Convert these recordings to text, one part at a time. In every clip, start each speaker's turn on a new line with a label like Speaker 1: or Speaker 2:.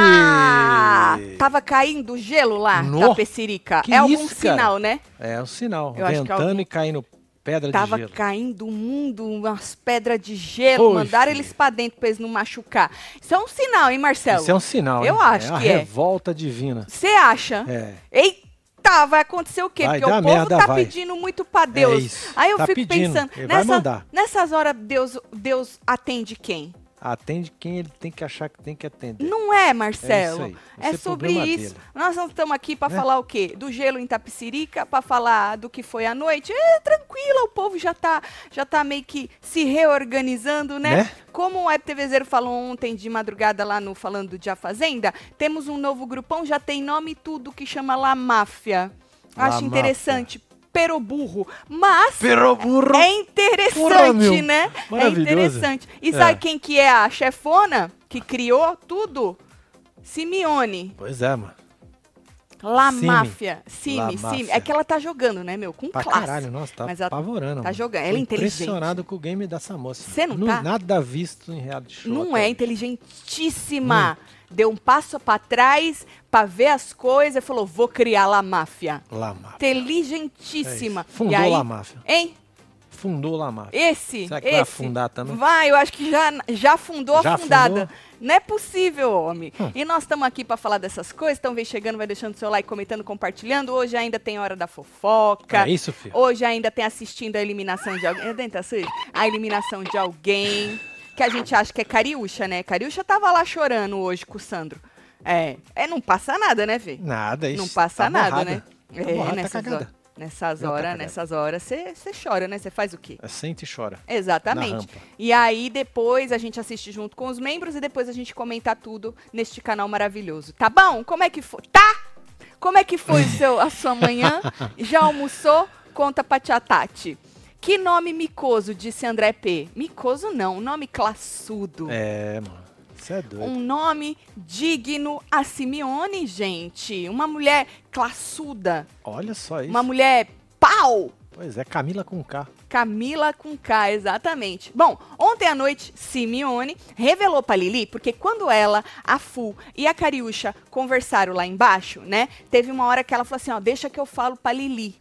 Speaker 1: Eita! Tava caindo gelo lá
Speaker 2: No,
Speaker 1: da Pecerica.
Speaker 2: que
Speaker 1: É algum
Speaker 2: isso, cara?
Speaker 1: sinal, né?
Speaker 2: É um sinal.
Speaker 1: Eu acho que
Speaker 2: Ventando
Speaker 1: alguém-
Speaker 2: e caindo pedra
Speaker 1: Tava
Speaker 2: de gelo.
Speaker 1: caindo um mundo, umas pedras de gelo.
Speaker 2: Poxa.
Speaker 1: Mandaram eles pra dentro pra eles não machucar. Isso é um sinal, hein, Marcelo?
Speaker 2: Isso é um sinal.
Speaker 1: Eu
Speaker 2: hein?
Speaker 1: acho
Speaker 2: é a
Speaker 1: que é.
Speaker 2: revolta divina.
Speaker 1: Você acha?
Speaker 2: É.
Speaker 1: Eita, vai acontecer o quê?
Speaker 2: Vai
Speaker 1: Porque o
Speaker 2: dar
Speaker 1: povo
Speaker 2: merda,
Speaker 1: tá
Speaker 2: vai.
Speaker 1: pedindo muito pra Deus.
Speaker 2: É isso.
Speaker 1: Aí eu
Speaker 2: Tá
Speaker 1: fico
Speaker 2: pedindo.
Speaker 1: pensando,
Speaker 2: Ele vai
Speaker 1: nessa,
Speaker 2: mandar.
Speaker 1: nessas horas Deus, Deus atende quem?
Speaker 2: Atende quem ele tem que achar que tem que atender.
Speaker 1: Não é, Marcelo.
Speaker 2: É isso aí.
Speaker 1: É
Speaker 2: Esse é
Speaker 1: sobre
Speaker 2: problema
Speaker 1: isso.
Speaker 2: dele.
Speaker 1: Nós não estamos aqui para
Speaker 2: Né?
Speaker 1: falar o quê? Do gelo em Tapicirica, para falar do que foi a noite. É, tranquila, o povo já tá, já tá meio que se reorganizando, né?
Speaker 2: Né?
Speaker 1: Como o FTVZero falou ontem de madrugada lá no Falando de A Fazenda, temos um novo grupão, já tem nome e tudo, que chama La Máfia.
Speaker 2: La
Speaker 1: Acho
Speaker 2: Máfia.
Speaker 1: interessante. Peroburro. Mas...
Speaker 2: Pero burro.
Speaker 1: É interessante,
Speaker 2: Porra, meu.
Speaker 1: né? É
Speaker 2: Maravilhoso.
Speaker 1: interessante. E
Speaker 2: É.
Speaker 1: sabe quem que é a chefona que criou tudo? Simeone.
Speaker 2: Pois é, mano.
Speaker 1: La
Speaker 2: Simi.
Speaker 1: Máfia. Simi,
Speaker 2: La
Speaker 1: Simi.
Speaker 2: Máfia.
Speaker 1: É que ela tá jogando, né, meu? Com
Speaker 2: Pra
Speaker 1: classe.
Speaker 2: caralho, nossa, tá
Speaker 1: Mas ela
Speaker 2: apavorando.
Speaker 1: tá
Speaker 2: mano.
Speaker 1: jogando.
Speaker 2: Tô
Speaker 1: Ela é inteligente.
Speaker 2: impressionado com o game dessa moça.
Speaker 1: Cê não tá?
Speaker 2: Nada visto em reality show.
Speaker 1: Não
Speaker 2: até
Speaker 1: é
Speaker 2: hoje.
Speaker 1: inteligentíssima. Deu um passo pra trás pra ver as coisas e falou: vou criar La Máfia.
Speaker 2: La Máfia.
Speaker 1: Inteligentíssima.
Speaker 2: É isso. Fundou
Speaker 1: e aí,
Speaker 2: La Máfia.
Speaker 1: Hein?
Speaker 2: Fundou La Máfia.
Speaker 1: Esse,
Speaker 2: Será que
Speaker 1: esse.
Speaker 2: vai afundar também?
Speaker 1: Vai, eu acho que já, já fundou
Speaker 2: Já
Speaker 1: a fundada.
Speaker 2: afundou?
Speaker 1: Não é possível, homem.
Speaker 2: Hum.
Speaker 1: E nós estamos aqui para falar dessas coisas. Então vem chegando, vai deixando seu like, comentando, compartilhando. Hoje ainda tem Hora da Fofoca.
Speaker 2: É isso, filho.
Speaker 1: Hoje ainda tem assistindo a eliminação de alguém. É dentro da sua? A eliminação de alguém. Que a gente acha que é Cariúcha, né? Cariúcha tava lá chorando hoje com o Sandro. É, é não passa nada, né, Vê?
Speaker 2: Nada, isso.
Speaker 1: Não passa
Speaker 2: tá
Speaker 1: nada,
Speaker 2: borrada.
Speaker 1: né?
Speaker 2: Tá borrada, tá
Speaker 1: nessas,
Speaker 2: cagada.
Speaker 1: horas, nessas
Speaker 2: Não, tá
Speaker 1: horas,
Speaker 2: cagada.
Speaker 1: nessas horas, você chora, né? Você faz o quê?
Speaker 2: Sente É, e chora. Na
Speaker 1: Exatamente.
Speaker 2: rampa.
Speaker 1: E aí depois a gente assiste junto com os membros e depois a gente comenta tudo neste canal maravilhoso. Tá bom? Como é que foi? Tá? Como é que foi o seu, a sua manhã? Já almoçou? Conta pra tia Tati. Que nome micoso, disse André P. Micoso não, um nome classudo.
Speaker 2: É, mano. Você é doido.
Speaker 1: Um nome digno a Simeone, gente. Uma mulher classuda.
Speaker 2: Olha só isso.
Speaker 1: Uma mulher pau.
Speaker 2: Pois é, Camila com K.
Speaker 1: Camila com K, exatamente. Bom, ontem à noite, Simeone revelou pra Lili, porque quando ela, a Fu e a Cariúcha conversaram lá embaixo, né? Teve uma hora que ela falou assim, ó, deixa que eu falo pra Lili.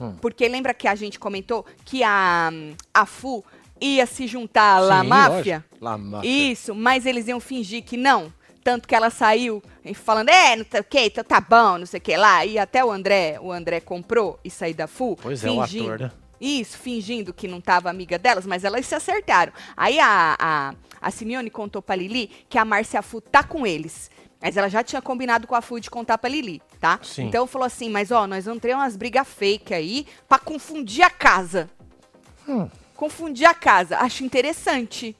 Speaker 2: Hum.
Speaker 1: Porque lembra que a gente comentou que a, a Fu ia se juntar à La
Speaker 2: Sim,
Speaker 1: Máfia?
Speaker 2: lógico. La Máfia.
Speaker 1: Isso, mas eles iam fingir que não. Tanto que ela saiu e falando, é, não sei o que, então tá bom, não sei o que lá. E até o André, o André comprou e saiu da FU.
Speaker 2: Pois é, o ator, né?
Speaker 1: Isso, fingindo que não tava amiga delas, mas elas se acertaram. Aí a, a, a Simeone contou pra Lili que a Márcia Fu tá com eles. Mas ela já tinha combinado com a Fu de contar pra Lili, tá?
Speaker 2: Sim.
Speaker 1: Então falou assim, mas ó, nós vamos ter umas brigas fake aí pra confundir a casa
Speaker 2: Hum.
Speaker 1: confundir a casa. Acho interessante.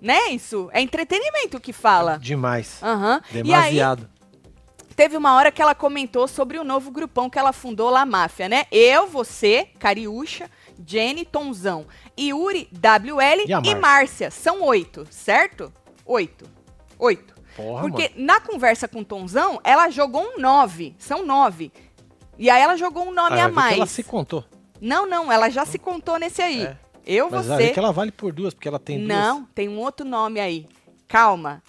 Speaker 1: Né, isso? É entretenimento que fala.
Speaker 2: Demais.
Speaker 1: Aham. Ah. E aí,
Speaker 2: Demasiado.
Speaker 1: teve uma hora que ela comentou sobre o novo grupão que ela fundou lá, Máfia, né? Eu, você, Cariúcha, Jenny, Tonzão, Yuri, WL
Speaker 2: E a
Speaker 1: e
Speaker 2: Márcia.
Speaker 1: Márcia. São oito, certo? Oito. Oito.
Speaker 2: Porra,
Speaker 1: Porque
Speaker 2: mano.
Speaker 1: na conversa com o Tonzão, ela jogou um nove. São nove. E aí ela jogou um nome
Speaker 2: Ah,
Speaker 1: a
Speaker 2: vai ver que
Speaker 1: mais.
Speaker 2: Ela se contou.
Speaker 1: Não, não, ela já se contou nesse aí.
Speaker 2: É.
Speaker 1: Eu,
Speaker 2: Mas vai
Speaker 1: você,
Speaker 2: ver que ela vale por duas, porque ela tem duas.
Speaker 1: Não, tem um outro nome aí. Calma.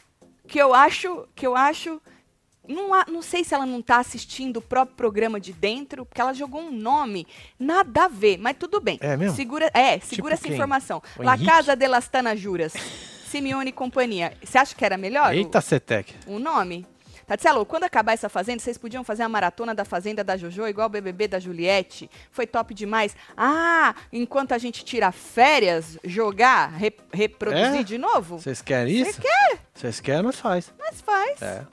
Speaker 1: Que eu acho, que eu acho, não, a- não sei se ela não tá assistindo o próprio programa de dentro, porque ela jogou um nome nada a ver, mas tudo bem.
Speaker 2: É mesmo?
Speaker 1: Segura, é, segura essa
Speaker 2: quem?
Speaker 1: informação.
Speaker 2: O
Speaker 1: La
Speaker 2: Henrique?
Speaker 1: Casa de las Tanajuras, Simeone e companhia. Você acha que era melhor o-
Speaker 2: Eita, Cetec.
Speaker 1: o, nome? Tatielo, quando acabar essa fazenda, vocês podiam fazer a maratona da fazenda da Jojo, igual o BBB da Juliette. Foi top demais. Ah, enquanto a gente tira férias, jogar, re- reproduzir
Speaker 2: É?
Speaker 1: de novo?
Speaker 2: Vocês querem
Speaker 1: Cê
Speaker 2: isso? quer? Vocês querem, nós faz.
Speaker 1: Mas faz.
Speaker 2: É.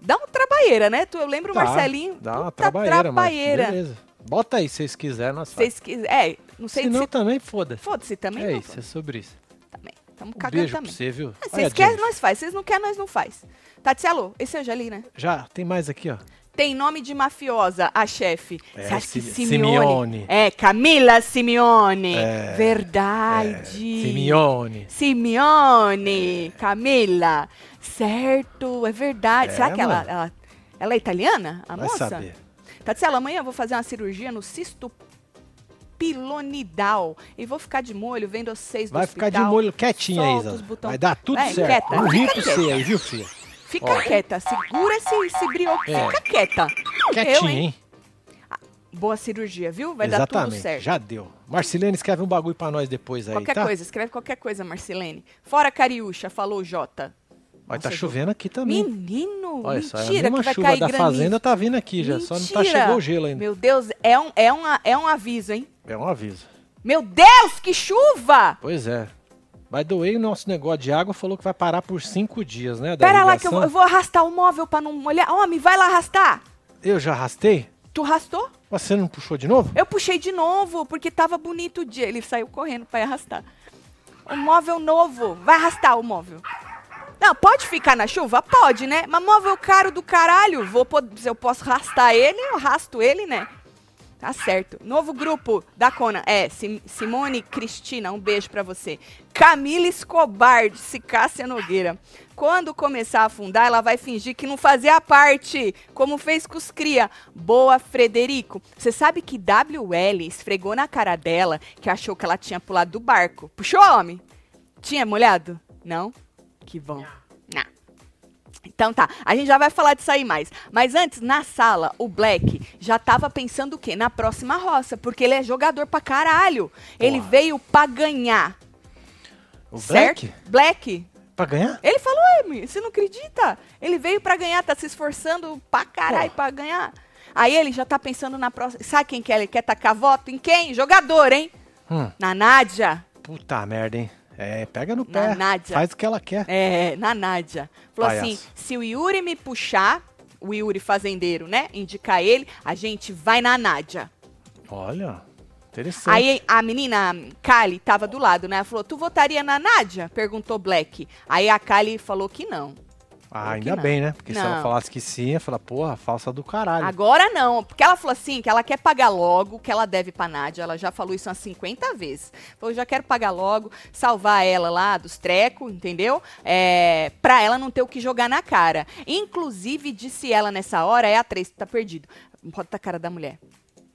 Speaker 1: Dá uma trabalheira, né? Tu, eu lembro o
Speaker 2: Dá-
Speaker 1: Marcelinho.
Speaker 2: Tá. Dá uma
Speaker 1: puta
Speaker 2: trabalheira,
Speaker 1: trabalheira.
Speaker 2: mano. Beleza. Bota aí, se vocês quiserem, nós
Speaker 1: Se
Speaker 2: faz.
Speaker 1: vocês quiserem. É, não sei
Speaker 2: Se
Speaker 1: se.
Speaker 2: não, também foda-se.
Speaker 1: Foda-se também.
Speaker 2: É
Speaker 1: não,
Speaker 2: isso, é sobre isso.
Speaker 1: também. Tamo
Speaker 2: Um
Speaker 1: cagando
Speaker 2: beijo pra
Speaker 1: também.
Speaker 2: você, viu?
Speaker 1: É,
Speaker 2: Olha,
Speaker 1: Vocês querem,
Speaker 2: Jennifer.
Speaker 1: nós faz. Vocês não querem, nós não faz. Tatielo, esse eu já li, né?
Speaker 2: Já, tem mais aqui, ó.
Speaker 1: Tem nome de mafiosa, a chefe.
Speaker 2: É,
Speaker 1: Você acha que
Speaker 2: Simi-
Speaker 1: Simeone?
Speaker 2: Simeone.
Speaker 1: É, Camila Simeone.
Speaker 2: É,
Speaker 1: Verdade.
Speaker 2: Simeone. É.
Speaker 1: Simeone. Camila. Certo, é verdade.
Speaker 2: É,
Speaker 1: Será que ela,
Speaker 2: mano.
Speaker 1: ela, ela é italiana, a
Speaker 2: Vai
Speaker 1: moça?
Speaker 2: saber.
Speaker 1: Tatiana, amanhã eu vou fazer uma cirurgia no cisto pilonidal e vou ficar de molho vendo vocês do
Speaker 2: Vai ficar de
Speaker 1: hospital.
Speaker 2: molho quietinha aí,
Speaker 1: solta os
Speaker 2: Isa.
Speaker 1: botão.
Speaker 2: Vai dar tudo
Speaker 1: Vai,
Speaker 2: certo.
Speaker 1: quieta,
Speaker 2: Um rio
Speaker 1: fica
Speaker 2: pra
Speaker 1: quieta.
Speaker 2: você aí, viu, filha?
Speaker 1: Fica
Speaker 2: Ó.
Speaker 1: quieta, segura esse, esse brioco,
Speaker 2: É.
Speaker 1: fica quieta.
Speaker 2: Quietinho,
Speaker 1: Eu, hein?
Speaker 2: hein?
Speaker 1: Boa cirurgia, viu? Vai dar
Speaker 2: Exatamente.
Speaker 1: tudo certo.
Speaker 2: Já deu. Marcilene escreve um bagulho pra nós depois aí,
Speaker 1: qualquer
Speaker 2: tá?
Speaker 1: coisa, escreve qualquer coisa, Marcelene. Fora Cariúcha, falou Jota.
Speaker 2: Mas tá
Speaker 1: Nossa,
Speaker 2: chovendo aqui também.
Speaker 1: Menino,
Speaker 2: Olha só, é a
Speaker 1: mentira que
Speaker 2: mesma
Speaker 1: vai
Speaker 2: chuva
Speaker 1: cair
Speaker 2: da
Speaker 1: granizo.
Speaker 2: fazenda tá vindo aqui já, só não tá
Speaker 1: Mentira.
Speaker 2: chegou o gelo ainda.
Speaker 1: Meu Deus, é um, é, uma, é um aviso, hein?
Speaker 2: É um aviso.
Speaker 1: Meu Deus, que chuva!
Speaker 2: Pois é. Vai doer o nosso negócio de água, falou que vai parar por cinco dias, né? da
Speaker 1: Pera lá que eu,
Speaker 2: ligação.
Speaker 1: vou- eu vou arrastar o móvel pra não molhar. Homem, vai lá arrastar.
Speaker 2: Eu já arrastei?
Speaker 1: Tu arrastou?
Speaker 2: Mas Você não puxou de novo?
Speaker 1: Eu puxei de novo, porque tava bonito o dia. Ele saiu correndo pra ir arrastar. O móvel novo. Vai arrastar o móvel. Não, pode ficar na chuva? Pode, né? Mas móvel caro do caralho. Vou, po- se eu posso arrastar ele, eu rasto ele, né? Tá certo. Novo grupo da Cona. É, Sim- Simone Cristina, um beijo pra você. Camila Escobar, de Cássia Nogueira. Quando começar a afundar, ela vai fingir que não fazia parte, como fez com os cria. Boa, Frederico. Você sabe que WL esfregou na cara dela que achou que ela tinha pulado do barco. Puxou, homem? Tinha molhado? Não? Que bom. Não. Então tá, a gente já vai falar disso aí mais. Mas antes, na sala, o Black já tava pensando o quê? Na próxima roça, porque ele é jogador pra caralho. Ele
Speaker 2: Porra.
Speaker 1: veio pra ganhar,
Speaker 2: O
Speaker 1: certo?
Speaker 2: Black?
Speaker 1: Black.
Speaker 2: Pra ganhar?
Speaker 1: Ele falou, Amy, você não acredita? Ele veio pra ganhar, tá se esforçando pra caralho
Speaker 2: Porra.
Speaker 1: pra ganhar. Aí ele já tá pensando na próxima. Sabe quem que é? Ele quer tacar voto? Em quem? Jogador, hein?
Speaker 2: Hum,
Speaker 1: Na Nádia.
Speaker 2: puta merda, hein? É, pega no pé.
Speaker 1: Nádia.
Speaker 2: Faz o que ela quer.
Speaker 1: É, na Nádia. Falou
Speaker 2: Palhaço.
Speaker 1: assim: se o Yuri me puxar, o Yuri fazendeiro, né? Indicar ele, a gente vai na Nádia.
Speaker 2: Olha, interessante.
Speaker 1: Aí a menina hum, Kali tava do lado, né? Ela falou: Tu votaria na Nádia? Perguntou Black. Aí a Kali falou que não.
Speaker 2: ah,
Speaker 1: que
Speaker 2: ainda
Speaker 1: não.
Speaker 2: bem, né? Porque se ela
Speaker 1: Não.
Speaker 2: falasse que sim, ia falar, porra, falsa do caralho.
Speaker 1: Agora não, porque ela falou assim que ela quer pagar logo, que ela deve pra Nádia. Ela já falou isso umas 50 vezes. Falou, já quero pagar logo, salvar ela lá dos trecos, entendeu? É, pra ela não ter o que jogar na cara. Inclusive, disse ela nessa hora, é a três, tá perdido. Bota a cara da mulher.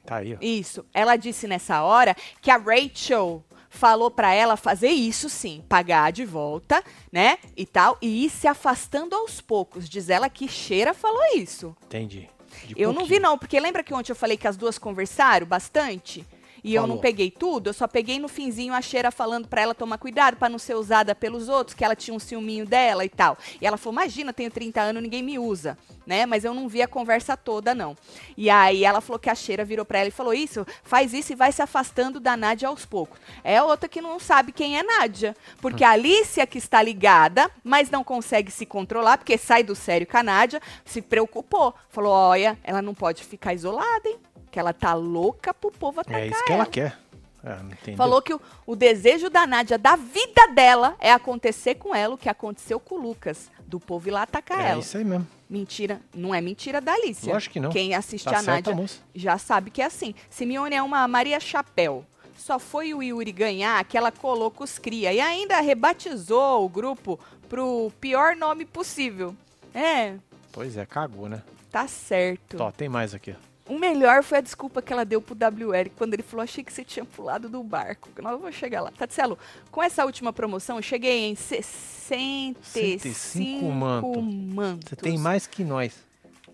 Speaker 2: Tá aí, ó.
Speaker 1: Isso. Ela disse nessa hora que a Rachel falou pra ela fazer isso sim, pagar de volta, né? E tal, e ir se afastando aos poucos. Diz ela que Cheira falou isso.
Speaker 2: Entendi. De
Speaker 1: Eu não vi,
Speaker 2: pouquinho.
Speaker 1: não, porque lembra que ontem eu falei que as duas conversaram bastante? E eu não
Speaker 2: Falou.
Speaker 1: peguei tudo, eu só peguei no finzinho a Cheira falando pra ela tomar cuidado, pra não ser usada pelos outros, que ela tinha um ciúminho dela e tal. E ela falou: "Imagina, tenho 30 anos, ninguém me usa", né? Mas eu não vi a conversa toda não. E aí ela falou que a Cheira virou pra ela e falou: "Isso, faz isso e vai se afastando da Nádia aos poucos". É outra que não sabe quem é Nádia, porque a Alicia que está ligada, mas não consegue se controlar, porque sai do sério com a Nádia, se preocupou. Falou: "Olha, ela não pode ficar isolada, hein? Que ela tá louca pro povo atacar
Speaker 2: É isso que ela quer. É, não entendi.
Speaker 1: tá Falou que o, o desejo da Nádia, da vida dela, é acontecer com ela o que aconteceu com o Lucas, do povo ir lá atacar
Speaker 2: É
Speaker 1: tá ela.
Speaker 2: isso aí mesmo.
Speaker 1: Mentira, não é mentira da Alicia.
Speaker 2: Lógico que não.
Speaker 1: Quem assiste
Speaker 2: Tá
Speaker 1: a
Speaker 2: certa a
Speaker 1: Nádia
Speaker 2: moça.
Speaker 1: já sabe que é assim. Simeone é uma Maria Chapéu. Só foi o Yuri ganhar que ela colocou os cria e ainda rebatizou o grupo pro pior nome possível. É,
Speaker 2: Pois é, cagou, né?
Speaker 1: tá certo.
Speaker 2: Ó, tem mais aqui. ó.
Speaker 1: O melhor foi a desculpa que ela deu pro WL quando ele falou: achei que você tinha pulado do barco. que Nós vamos chegar lá. Tatielo, com essa última promoção, eu cheguei em 65
Speaker 2: 65 manto.
Speaker 1: mantos.
Speaker 2: Você tem mais que nós.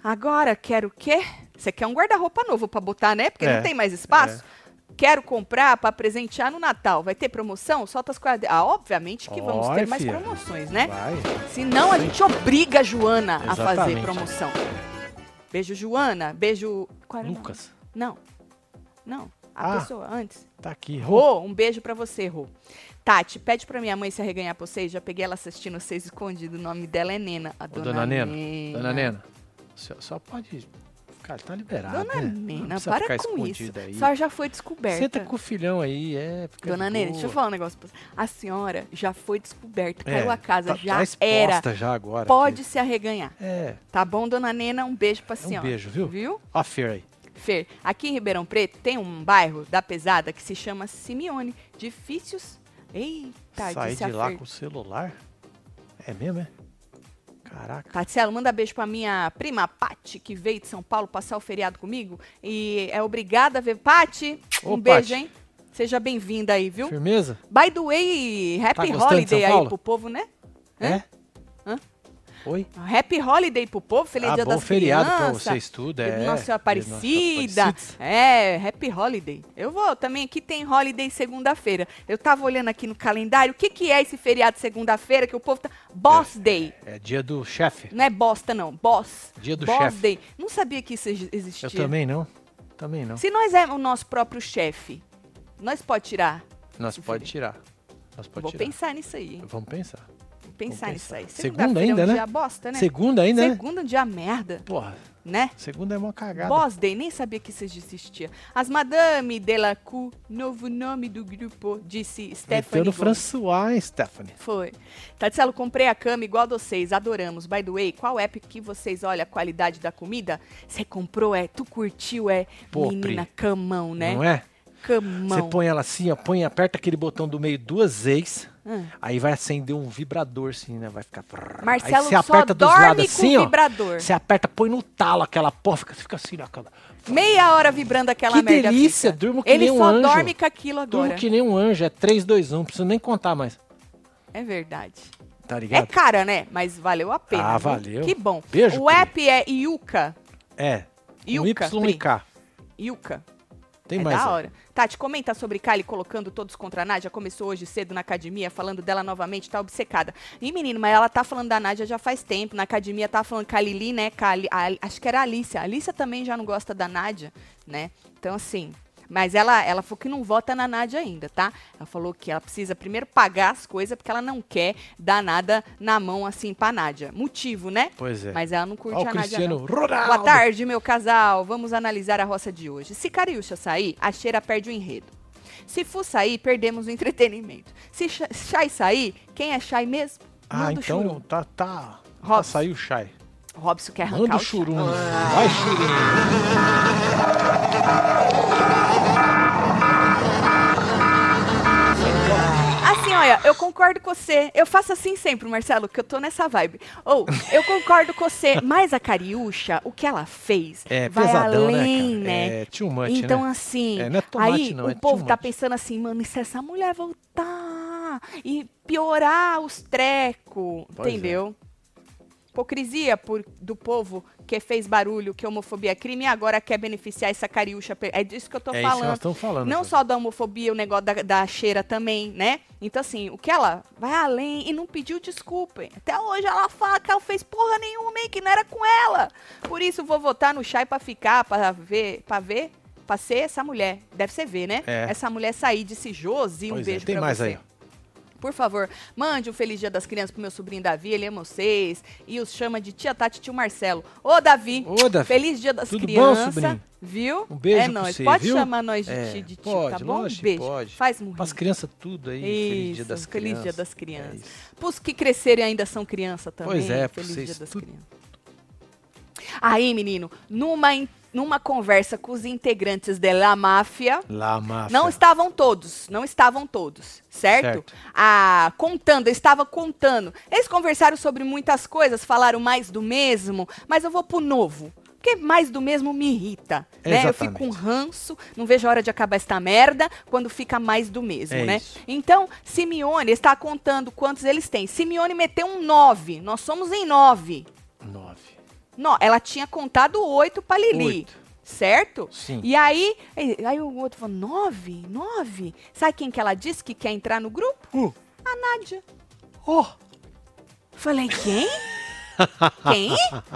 Speaker 1: Agora quero o quê? Você quer um guarda-roupa novo pra botar, né? Porque
Speaker 2: É,
Speaker 1: não tem mais espaço. Quero comprar pra presentear no Natal. Vai ter promoção? Solta as quadras. Ah, obviamente que vamos
Speaker 2: Olha,
Speaker 1: ter mais
Speaker 2: fia.
Speaker 1: promoções, né?
Speaker 2: Vai.
Speaker 1: Senão a gente obriga a Joana a fazer
Speaker 2: Exatamente.
Speaker 1: promoção. Beijo, Joana. Beijo. Qual era o nome?
Speaker 2: Lucas,
Speaker 1: Não. Não. A
Speaker 2: Ah.
Speaker 1: pessoa antes.
Speaker 2: tá aqui.
Speaker 1: Rô, um beijo pra você, Rô. Tati, pede pra minha mãe se arreganhar pra vocês. Já peguei ela assistindo vocês escondido. O nome dela é Nena. A
Speaker 2: Ô,
Speaker 1: dona,
Speaker 2: dona Nena.
Speaker 1: Nena.
Speaker 2: Dona Nena, só, só pode. Cara, tá liberado.
Speaker 1: Dona
Speaker 2: né? Não
Speaker 1: Nena,
Speaker 2: precisa
Speaker 1: para
Speaker 2: ficar
Speaker 1: com isso.
Speaker 2: escondida Aí.
Speaker 1: Só já foi descoberta.
Speaker 2: Senta com o filhão aí, é. Fica
Speaker 1: Dona
Speaker 2: de
Speaker 1: Nena, deixa eu
Speaker 2: boa.
Speaker 1: falar um negócio pra você. A senhora já foi descoberta.
Speaker 2: É,
Speaker 1: Caiu a casa,
Speaker 2: tá-
Speaker 1: já
Speaker 2: tá exposta
Speaker 1: era.
Speaker 2: já agora.
Speaker 1: Pode
Speaker 2: aqui.
Speaker 1: se arreganhar.
Speaker 2: É,
Speaker 1: Tá bom, dona Nena? Um beijo pra
Speaker 2: é um
Speaker 1: senhora.
Speaker 2: beijo, viu?
Speaker 1: Viu?
Speaker 2: Ó, a feira aí.
Speaker 1: Fer, aqui em Ribeirão Preto tem um bairro da pesada que se chama Simeone. Difícios. Eita,
Speaker 2: Sair
Speaker 1: Tá, disse a
Speaker 2: de lá
Speaker 1: Fer.
Speaker 2: com o celular. É mesmo, é? Caraca.
Speaker 1: Tatielo, manda beijo pra minha prima Pati, que veio de São Paulo passar o feriado comigo. E é obrigada a ver. Pati, um
Speaker 2: Ô,
Speaker 1: beijo,
Speaker 2: Pati.
Speaker 1: hein? Seja bem-vinda aí, viu?
Speaker 2: Firmeza?
Speaker 1: By the way,
Speaker 2: Tá
Speaker 1: happy
Speaker 2: gostando de São
Speaker 1: holiday aí
Speaker 2: Paulo?
Speaker 1: pro povo, né? Hã?
Speaker 2: É? Oi?
Speaker 1: Happy Holiday pro povo, feliz
Speaker 2: ah,
Speaker 1: dia
Speaker 2: bom
Speaker 1: das
Speaker 2: feriado pra
Speaker 1: crianças.
Speaker 2: vocês tudo, é.
Speaker 1: Nossa Senhora
Speaker 2: Nossa
Speaker 1: Aparecida.
Speaker 2: Aparecida.
Speaker 1: É, Happy Holiday. Eu vou também, aqui tem Holiday segunda-feira. Eu tava olhando aqui no calendário, o que que é esse feriado segunda-feira que o povo tá... Boss Day.
Speaker 2: É dia do chefe.
Speaker 1: Não é bosta, não. Boss.
Speaker 2: Dia do
Speaker 1: Boss
Speaker 2: chefe.
Speaker 1: Day. Não sabia que isso ex- existia.
Speaker 2: Eu também não. Também não.
Speaker 1: Se nós é o nosso próprio chefe, nós pode tirar.
Speaker 2: Nós pode
Speaker 1: Sim.
Speaker 2: tirar. Nós pode
Speaker 1: Vou
Speaker 2: tirar.
Speaker 1: pensar nisso aí, hein?
Speaker 2: Vamos pensar.
Speaker 1: Vou pensar
Speaker 2: vamos
Speaker 1: nisso
Speaker 2: pensar.
Speaker 1: aí.
Speaker 2: Segunda
Speaker 1: Segunda-feira é
Speaker 2: ainda,
Speaker 1: um
Speaker 2: né?
Speaker 1: dia bosta, né?
Speaker 2: Segunda ainda, né?
Speaker 1: Segunda é um dia merda,
Speaker 2: Porra,
Speaker 1: né?
Speaker 2: segunda é uma cagada.
Speaker 1: Boss Day, nem sabia que isso existia. As Madame Delacour, novo nome do grupo, disse Stephanie.
Speaker 2: Metendo
Speaker 1: Gomes.
Speaker 2: François, hein, Stephanie.
Speaker 1: Foi. Tatielo, comprei a cama igual a vocês, adoramos. By the way, qual app que vocês olham a qualidade da comida? Você comprou, é? Tu curtiu, é?
Speaker 2: Pô,
Speaker 1: Menina,
Speaker 2: Pri,
Speaker 1: camão, né?
Speaker 2: Não é? Você
Speaker 1: Camão.
Speaker 2: põe ela assim, ó, põe, aperta aquele botão do meio duas vezes,
Speaker 1: Hum.
Speaker 2: aí vai acender um vibrador, assim, né? Vai ficar. Aí
Speaker 1: Marcelo
Speaker 2: você
Speaker 1: só dorme com vibrador.
Speaker 2: assim, Você aperta, põe no talo aquela porra, fica, fica assim na cama.
Speaker 1: Meia hora vibrando aquela
Speaker 2: Que
Speaker 1: merda.
Speaker 2: delícia,
Speaker 1: fica.
Speaker 2: durmo que
Speaker 1: Ele
Speaker 2: nem um
Speaker 1: só
Speaker 2: anjo.
Speaker 1: dorme com aquilo agora.
Speaker 2: Tudo que nem um anjo, é 3, 2, 1, não preciso nem contar mais.
Speaker 1: É verdade.
Speaker 2: Tá
Speaker 1: É
Speaker 2: ligado?
Speaker 1: cara, né? Mas valeu a pena.
Speaker 2: Ah,
Speaker 1: viu?
Speaker 2: valeu.
Speaker 1: Que bom.
Speaker 2: Beijo,
Speaker 1: o
Speaker 2: Pri.
Speaker 1: app é Iuca.
Speaker 2: É. Um
Speaker 1: Iuca.
Speaker 2: Y
Speaker 1: Pri.
Speaker 2: e K.
Speaker 1: Iuca.
Speaker 2: Tem
Speaker 1: é
Speaker 2: mais. um.
Speaker 1: da
Speaker 2: ó.
Speaker 1: hora. Tati, comenta sobre Kylie colocando todos contra a Nádia. Começou hoje cedo na academia, falando dela novamente, tá obcecada. E menino, mas ela tá falando da Nádia já faz tempo. Na academia tá falando Kalili, né? Kali, a- acho que era a Alicia. A Alicia também já não gosta da Nádia, né? Então, assim. Mas ela, ela falou que não vota na Nádia ainda, tá? Ela falou que ela precisa primeiro pagar as coisas porque ela não quer dar nada na mão assim pra Nádia. Motivo, né?
Speaker 2: Pois é.
Speaker 1: Mas ela não curte a
Speaker 2: Ó, o
Speaker 1: Nádia.
Speaker 2: Cristiano
Speaker 1: não.
Speaker 2: Ronaldo.
Speaker 1: Boa tarde, meu casal. Vamos analisar a roça de hoje. Se Cariúcha sair, a cheira perde o enredo. Se Fu sair, perdemos o entretenimento. Se Cha- Chay sair, quem é Chay mesmo?
Speaker 2: Ah,
Speaker 1: Manda o
Speaker 2: então
Speaker 1: churum.
Speaker 2: tá, tá.
Speaker 1: Robson.
Speaker 2: tá saiu o Chai.
Speaker 1: Robson quer arrancar
Speaker 2: Manda o
Speaker 1: o Ah. chá.
Speaker 2: churum. Vai, churum.
Speaker 1: Assim, olha, eu concordo com você. Eu faço assim sempre, Marcelo, que eu tô nessa vibe. Ou, eu concordo com você, mas a Cariúcha, o que ela fez,
Speaker 2: É
Speaker 1: vai
Speaker 2: pesadão,
Speaker 1: além,
Speaker 2: né,
Speaker 1: né?
Speaker 2: cara? É too much,
Speaker 1: então,
Speaker 2: né?
Speaker 1: assim,
Speaker 2: É, não é tomate,
Speaker 1: aí
Speaker 2: não,
Speaker 1: o
Speaker 2: é
Speaker 1: povo tá
Speaker 2: tomate.
Speaker 1: pensando assim, mano, e se essa mulher voltar e piorar os treco,
Speaker 2: Pois é.
Speaker 1: entendeu? Hipocrisia por- do povo que fez barulho, que homofobia é crime e agora quer beneficiar essa cariúcha. pe- É disso que eu tô
Speaker 2: é isso que nós
Speaker 1: falando.
Speaker 2: estamos falando.
Speaker 1: não
Speaker 2: Ju.
Speaker 1: só da homofobia, o negócio da, da cheira também, né? Então, assim, o que ela vai além e não pediu desculpa. hein? Até hoje ela fala que ela fez porra nenhuma, hein? Que não era com ela. Por isso, vou votar no Chay pra ficar, pra ver, pra ver, pra ser essa mulher. Deve ser ver, né?
Speaker 2: É.
Speaker 1: Essa mulher sair, disse Josi, um
Speaker 2: Pois é,
Speaker 1: beijo
Speaker 2: Tem
Speaker 1: pra
Speaker 2: mais
Speaker 1: você.
Speaker 2: aí. ó.
Speaker 1: Por favor, mande um Feliz Dia das Crianças pro meu sobrinho Davi, ele ama vocês. E os chama de tia Tati e tio Marcelo. Ô, Davi!
Speaker 2: Ô, Davi.
Speaker 1: Feliz Dia das
Speaker 2: Tá Tudo bom,
Speaker 1: Crianças,
Speaker 2: sobrinho?
Speaker 1: viu?
Speaker 2: Um beijo
Speaker 1: É
Speaker 2: pra
Speaker 1: nóis.
Speaker 2: você,
Speaker 1: pode
Speaker 2: viu?
Speaker 1: chamar nós de,
Speaker 2: É,
Speaker 1: ti- de tio,
Speaker 2: pode,
Speaker 1: tá bom?
Speaker 2: lógico,
Speaker 1: um beijo.
Speaker 2: pode.
Speaker 1: Faz um
Speaker 2: Pras
Speaker 1: riso.
Speaker 2: crianças tudo aí. Feliz dia
Speaker 1: Isso,
Speaker 2: das
Speaker 1: Feliz
Speaker 2: crianças.
Speaker 1: Dia das
Speaker 2: É
Speaker 1: Crianças.
Speaker 2: isso.
Speaker 1: Pros que crescerem ainda são criança também.
Speaker 2: Pois é, pra
Speaker 1: Feliz
Speaker 2: vocês
Speaker 1: Dia das
Speaker 2: tudo.
Speaker 1: Crianças. Aí, menino, numa, in- numa conversa com os integrantes de La Máfia,
Speaker 2: Lá, máfia.
Speaker 1: não estavam todos, não estavam todos, certo?
Speaker 2: Certo.
Speaker 1: Ah, contando, eu estava contando. Eles conversaram sobre muitas coisas, falaram mais do mesmo, mas eu vou pro novo. Porque mais do mesmo me irrita, né? Eu fico
Speaker 2: Exatamente.
Speaker 1: com ranço, não vejo a hora de acabar esta merda quando fica mais do mesmo,
Speaker 2: É
Speaker 1: né?
Speaker 2: isso.
Speaker 1: Então, Simeone está contando quantos eles têm. Simeone meteu um 9, nós somos em 9.
Speaker 2: Nove.
Speaker 1: Não, ela tinha contado oito pra Lili.
Speaker 2: Oito.
Speaker 1: Certo?
Speaker 2: Sim.
Speaker 1: E aí, aí, aí o outro falou, nove? Nove? Sabe quem que ela disse que quer entrar no grupo?
Speaker 2: Uh.
Speaker 1: A Nádia.
Speaker 2: Oh,
Speaker 1: Falei, quem? quem?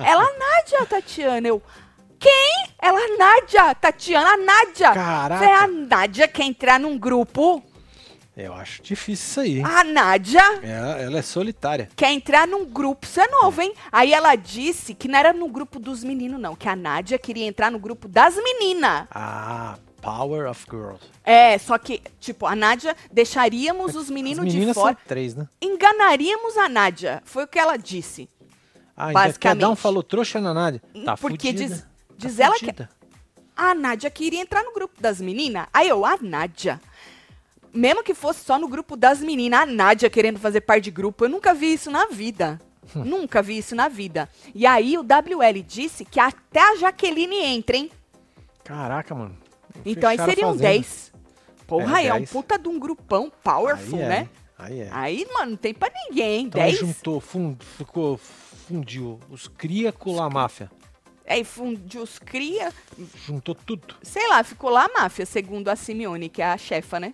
Speaker 1: Ela, a Nádia, Tatiana. Eu, quem? Ela, a Nádia, Tatiana, a Nádia.
Speaker 2: Caraca.
Speaker 1: Falei, a Nádia quer entrar num grupo?
Speaker 2: eu acho difícil isso aí, hein?
Speaker 1: A Nádia
Speaker 2: Ela, ela é solitária.
Speaker 1: quer entrar num grupo, isso é novo, hein? Aí ela disse que não era no grupo dos meninos, não, que a Nádia queria entrar no grupo das meninas.
Speaker 2: Ah, Power of Girls.
Speaker 1: É, só que, tipo, a Nádia deixaríamos os
Speaker 2: As
Speaker 1: meninos de
Speaker 2: meninas
Speaker 1: fora.
Speaker 2: são três, né?
Speaker 1: Enganaríamos a Nádia. Foi o que ela disse.
Speaker 2: Ah, ainda quer
Speaker 1: Basicamente.
Speaker 2: dar um falou trouxa na Nádia. Tá
Speaker 1: Porque
Speaker 2: fudida.
Speaker 1: diz-
Speaker 2: Tá
Speaker 1: diz ela que-
Speaker 2: fudida.
Speaker 1: A Nádia queria entrar no grupo das meninas. Aí eu, a Nádia. Mesmo que fosse só no grupo das meninas, a Nádia querendo fazer parte de grupo. Eu nunca vi isso na vida.
Speaker 2: Hum.
Speaker 1: nunca vi isso na vida. E aí o WL disse que até a Jaqueline entra, hein?
Speaker 2: Caraca, mano.
Speaker 1: Então aí
Speaker 2: Fecharam a
Speaker 1: seriam
Speaker 2: fazenda.
Speaker 1: 10. Porra, é, um
Speaker 2: 10.
Speaker 1: puta de um grupão powerful,
Speaker 2: Aí é,
Speaker 1: né?
Speaker 2: Aí é.
Speaker 1: Aí, mano, não tem pra ninguém.
Speaker 2: Então aí
Speaker 1: 10?
Speaker 2: juntou, fun- ficou fundiu os cria com a máfia.
Speaker 1: Aí fundiu É, os cria,
Speaker 2: Juntou tudo.
Speaker 1: sei lá, ficou lá a máfia, segundo a Simeone, que é a chefa, né?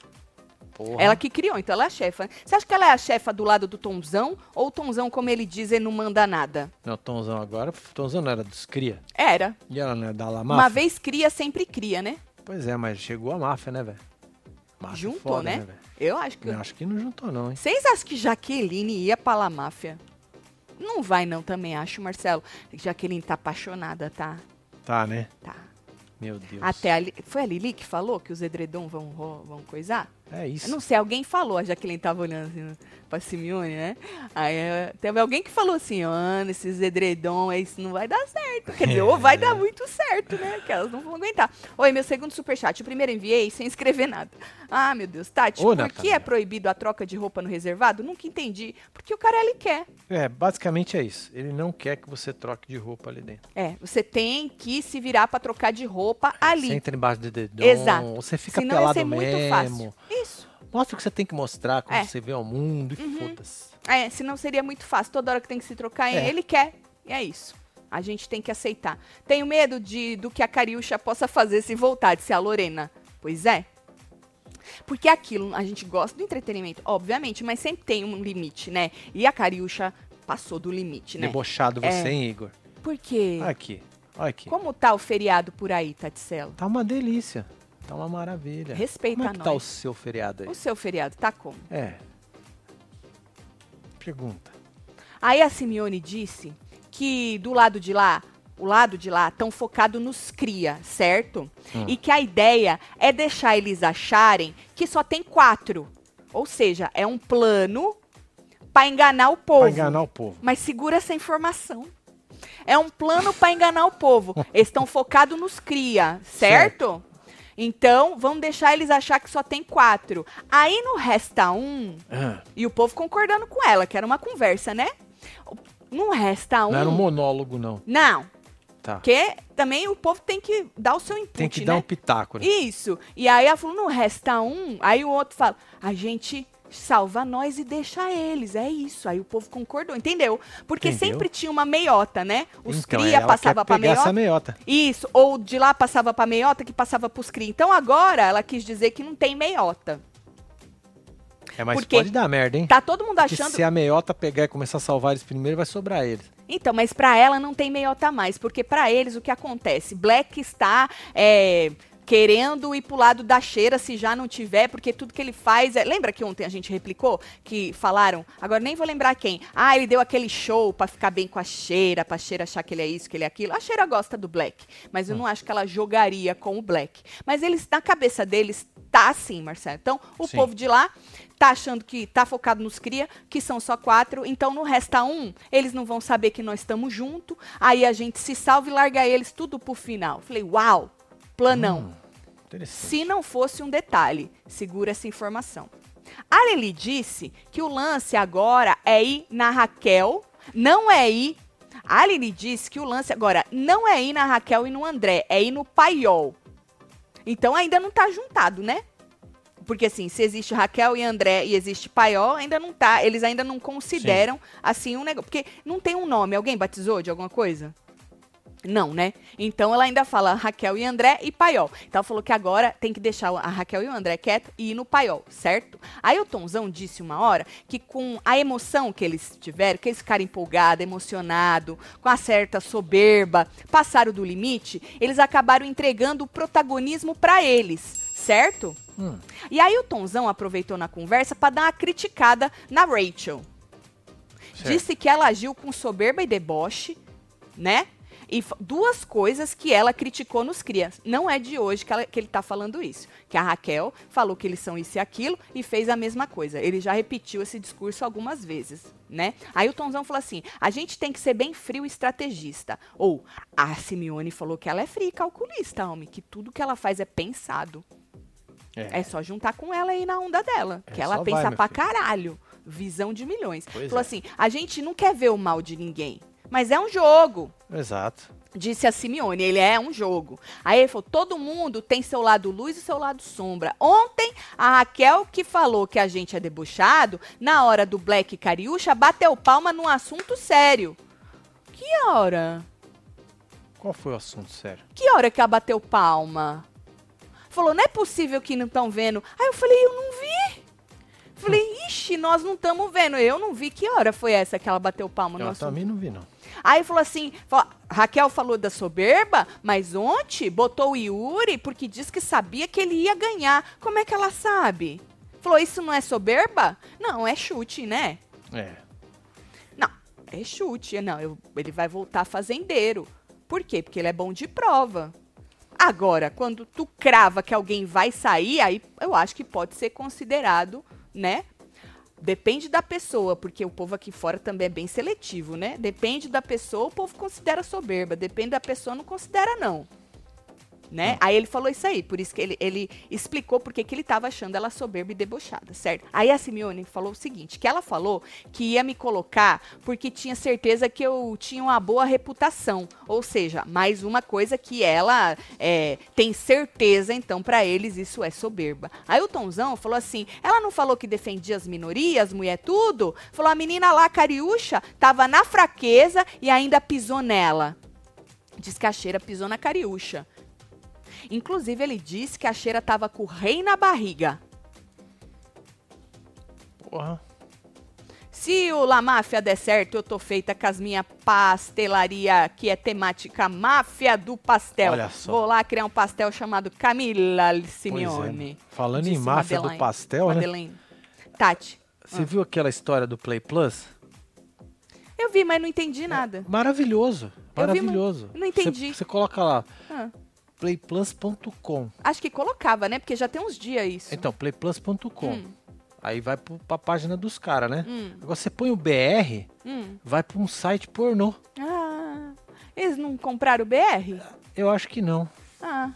Speaker 2: Porra.
Speaker 1: Ela que criou, então ela é a chefa. Você acha que ela é a chefa do lado do Tonzão? Ou o Tonzão, como ele diz, ele não manda nada?
Speaker 2: Não, Tonzão agora. Tonzão não era dos cria.
Speaker 1: Era.
Speaker 2: E ela não era da La máfia?
Speaker 1: Uma vez cria, sempre cria, né?
Speaker 2: Pois é, mas chegou a máfia, né, velho? Máfia é
Speaker 1: Juntou,
Speaker 2: foda,
Speaker 1: né?
Speaker 2: velho?
Speaker 1: Eu acho que.
Speaker 2: Eu acho que não juntou, não, hein?
Speaker 1: Vocês acham que Jaqueline ia pra La Máfia? Não vai, não, também acho, Marcelo. Jaqueline tá apaixonada, tá?
Speaker 2: Tá, né?
Speaker 1: Tá.
Speaker 2: Meu Deus.
Speaker 1: Até a Li- Foi a Lili que falou que os edredom vão, ro- vão coisar?
Speaker 2: É
Speaker 1: Eu
Speaker 2: isso.
Speaker 1: não sei, alguém falou, a Jaqueline tava olhando assim pra Simeone, né? Aí eh, teve alguém que falou assim, Ana, esses edredom, eh, isso não vai dar certo. Quer dizer, ou vai dar muito certo, né? Que elas não vão aguentar. Oi, meu segundo superchat. O primeiro enviei sem escrever nada. Ah, meu Deus, Tati,
Speaker 2: Ô,
Speaker 1: por que
Speaker 2: Natália.
Speaker 1: é proibido a troca de roupa no reservado? Nunca entendi. Porque o cara, ele quer.
Speaker 2: É, basicamente é isso. Ele não quer que você troque de roupa ali dentro.
Speaker 1: É, você tem que se virar pra trocar de roupa ali.
Speaker 2: Você entra embaixo do dedão.
Speaker 1: Exato.
Speaker 2: ou Você fica
Speaker 1: Senão ia
Speaker 2: pelado
Speaker 1: ser
Speaker 2: mesmo.
Speaker 1: muito fácil. Isso.
Speaker 2: Mostra o que você tem que mostrar quando
Speaker 1: É.
Speaker 2: você vê o mundo e foda-se.
Speaker 1: É, senão seria muito fácil. Toda hora que tem que se trocar,
Speaker 2: É.
Speaker 1: ele quer. E é isso. A gente tem que aceitar. Tenho medo de do que a Cariúcha possa fazer se voltar, disse a Lorena. Pois é. Porque aquilo, a gente gosta do entretenimento, obviamente, mas sempre tem um limite, né? E a Cariúcha passou do limite, né?
Speaker 2: Debochado
Speaker 1: É.
Speaker 2: você, hein, Igor?
Speaker 1: Porque.
Speaker 2: Olha aqui. Olha aqui.
Speaker 1: Como tá o feriado por aí, Taticelo?
Speaker 2: Tá uma delícia. Tá uma maravilha.
Speaker 1: Respeita
Speaker 2: Como é
Speaker 1: a
Speaker 2: que
Speaker 1: nós.
Speaker 2: tá o seu feriado aí?
Speaker 1: o seu feriado tá como?
Speaker 2: É. Pergunta.
Speaker 1: Aí a Simeone disse que do lado de lá, o lado de lá, estão focado nos cria, certo?
Speaker 2: Hum.
Speaker 1: E que a ideia é deixar eles acharem que só tem quatro. Ou seja, é um plano para enganar o povo.
Speaker 2: Pra enganar o povo.
Speaker 1: Mas segura essa informação. É um plano para enganar o povo. Eles estão focados nos cria, certo? Então, vamos deixar eles achar que só tem quatro. Aí no resta um,
Speaker 2: Ah,
Speaker 1: e o povo concordando com ela, que era uma conversa, né? Não resta um.
Speaker 2: Não era um monólogo, não.
Speaker 1: Não,
Speaker 2: Tá.
Speaker 1: porque também o povo tem que dar o seu input,
Speaker 2: Tem que
Speaker 1: né?
Speaker 2: dar um pitaco, né?
Speaker 1: Isso. E aí ela falou, não resta um. Aí o outro fala, a gente salva nós e deixa eles. É isso. Aí o povo concordou, entendeu? Porque
Speaker 2: Entendeu.
Speaker 1: sempre tinha uma meiota, né? Os
Speaker 2: Então,
Speaker 1: cria
Speaker 2: ela
Speaker 1: passava
Speaker 2: quer
Speaker 1: pra
Speaker 2: pegar
Speaker 1: meiota.
Speaker 2: essa meiota.
Speaker 1: Isso, ou de lá passava pra meiota que passava pros cria. Então agora ela quis dizer que não tem meiota.
Speaker 2: É, mas
Speaker 1: Porque
Speaker 2: pode dar merda, hein?
Speaker 1: Tá todo mundo
Speaker 2: Porque
Speaker 1: achando
Speaker 2: se a meiota pegar e começar a salvar eles primeiro, vai sobrar eles.
Speaker 1: Então, mas pra ela não tem meiota mais, porque pra eles o que acontece? Black está é, querendo ir pro lado da cheira se já não tiver, porque tudo que ele faz é. Lembra que ontem a gente replicou que falaram? Agora nem vou lembrar quem. Ah, ele deu aquele show pra ficar bem com a cheira, pra cheira achar que ele é isso, que ele é aquilo. A cheira gosta do Black, mas eu não acho que ela jogaria com o Black. Mas eles, na cabeça deles, tá assim, Marcelo. Então, o
Speaker 2: Sim.
Speaker 1: povo de lá tá achando que tá focado nos cria, que são só quatro, então não resta um, eles não vão saber que nós estamos junto, aí a gente se salva e larga eles tudo pro final. Falei, uau, planão.
Speaker 2: Interessante.
Speaker 1: Se não fosse um detalhe, segura essa informação. A Lili disse que o lance agora é ir na Raquel, não é ir. A Lili disse que o lance agora não é ir na Raquel e no André, é ir no Paiol. Então ainda não tá juntado, né? Porque assim, se existe Raquel e André e existe Paiol, ainda não tá. Eles ainda não consideram assim um negócio. Porque não tem um nome. Alguém batizou de alguma coisa? Não, né? Então ela ainda fala Raquel e André e Paiol. Então ela falou que agora tem que deixar a Raquel e o André quieto e ir no Paiol, certo? Aí o Tonzão disse uma hora que com a emoção que eles tiveram, que eles ficaram empolgados, emocionados, com a certa soberba, passaram do limite, eles acabaram entregando o protagonismo pra eles, certo?
Speaker 2: Hum.
Speaker 1: E aí o Tonzão aproveitou na conversa pra dar uma criticada na Rachel.
Speaker 2: Certo.
Speaker 1: Disse que ela agiu com soberba e deboche, né? E f- duas coisas que ela criticou nos crias. Não é de hoje que, ela- que ele tá falando isso. Que a Raquel falou que eles são isso e aquilo e fez a mesma coisa. Ele já repetiu esse discurso algumas vezes, né? Aí o Tonzão falou assim: a gente tem que ser bem frio e estrategista. Ou a Simeone falou que ela é fria e calculista, homem, que tudo que ela faz é pensado.
Speaker 2: É.
Speaker 1: É só juntar com ela aí na onda dela.
Speaker 2: É,
Speaker 1: que ela
Speaker 2: só
Speaker 1: pensa
Speaker 2: vai, meu
Speaker 1: pra
Speaker 2: filho.
Speaker 1: caralho. Visão de milhões.
Speaker 2: Pois
Speaker 1: Falou
Speaker 2: é.
Speaker 1: assim: a gente não quer ver o mal de ninguém, mas é um jogo.
Speaker 2: Exato.
Speaker 1: Disse a Simeone, ele é um jogo. Aí ele falou: todo mundo tem seu lado luz e seu lado sombra. Ontem, a Raquel, que falou que a gente é debochado, na hora do Black Cariúcha, bateu palma num assunto sério. Que hora?
Speaker 2: Qual foi o assunto, sério?
Speaker 1: Que hora que ela bateu palma? Falou, não é possível que não estão vendo. Aí eu falei, eu não vi. Falei, ixi, nós não estamos vendo. Eu não vi. Que hora foi essa que ela bateu palma no
Speaker 2: Eu
Speaker 1: assunto?
Speaker 2: também não vi, não.
Speaker 1: Aí falou assim, falou- Raquel falou da soberba, mas ontem botou o Yuri porque disse que sabia que ele ia ganhar. Como é que ela sabe? Falou, isso não é soberba? Não, é chute, né?
Speaker 2: É.
Speaker 1: Não, é chute. Não, eu- ele vai voltar fazendeiro. Por quê? Porque ele é bom de prova. Agora, quando tu crava que alguém vai sair, aí eu acho que pode ser considerado, né? Depende da pessoa, porque o povo aqui fora também é bem seletivo, né? Depende da pessoa, o povo considera soberba. Depende da pessoa, não considera, não. Né? Aí ele falou isso aí, por isso que ele, ele explicou porque que ele tava achando ela soberba e debochada, certo? Aí a Simeone falou o seguinte, que ela falou que ia me colocar porque tinha certeza que eu tinha uma boa reputação, ou seja, mais uma coisa que ela é, tem certeza, então pra eles isso é soberba. Aí o Tonzão falou assim, ela não falou que defendia as minorias, mulher tudo? Falou, a menina lá, Cariúcha, tava na fraqueza e ainda pisou nela. Diz que a cheira pisou na Cariúcha. Inclusive, ele disse que a cheira tava com o rei na barriga.
Speaker 2: Porra.
Speaker 1: Se o La Máfia der certo, eu tô feita com as minhas pastelaria, que é temática máfia do pastel.
Speaker 2: Olha só.
Speaker 1: Vou lá criar um pastel chamado Camila Simeone.
Speaker 2: Pois é. Falando em
Speaker 1: Disse
Speaker 2: máfia
Speaker 1: Madeleine.
Speaker 2: do pastel, né?
Speaker 1: Madeleine. Tati,
Speaker 2: Você viu aquela história do Play Plus?
Speaker 1: eu vi, mas não
Speaker 2: É.
Speaker 1: entendi nada.
Speaker 2: Maravilhoso.
Speaker 1: Eu vi, mas
Speaker 2: Maravilhoso.
Speaker 1: não entendi.
Speaker 2: Você, você coloca lá,
Speaker 1: Ah,
Speaker 2: playplus.com.
Speaker 1: acho que colocava, né? Porque já tem uns dias isso.
Speaker 2: Então, playplus.com.
Speaker 1: Hum.
Speaker 2: Aí vai pro, pra página dos caras, né?
Speaker 1: Hum,
Speaker 2: Agora você põe o BR,
Speaker 1: hum.
Speaker 2: vai pra um site pornô.
Speaker 1: Ah, eles não compraram o BR?
Speaker 2: Eu acho que não.
Speaker 1: Ah.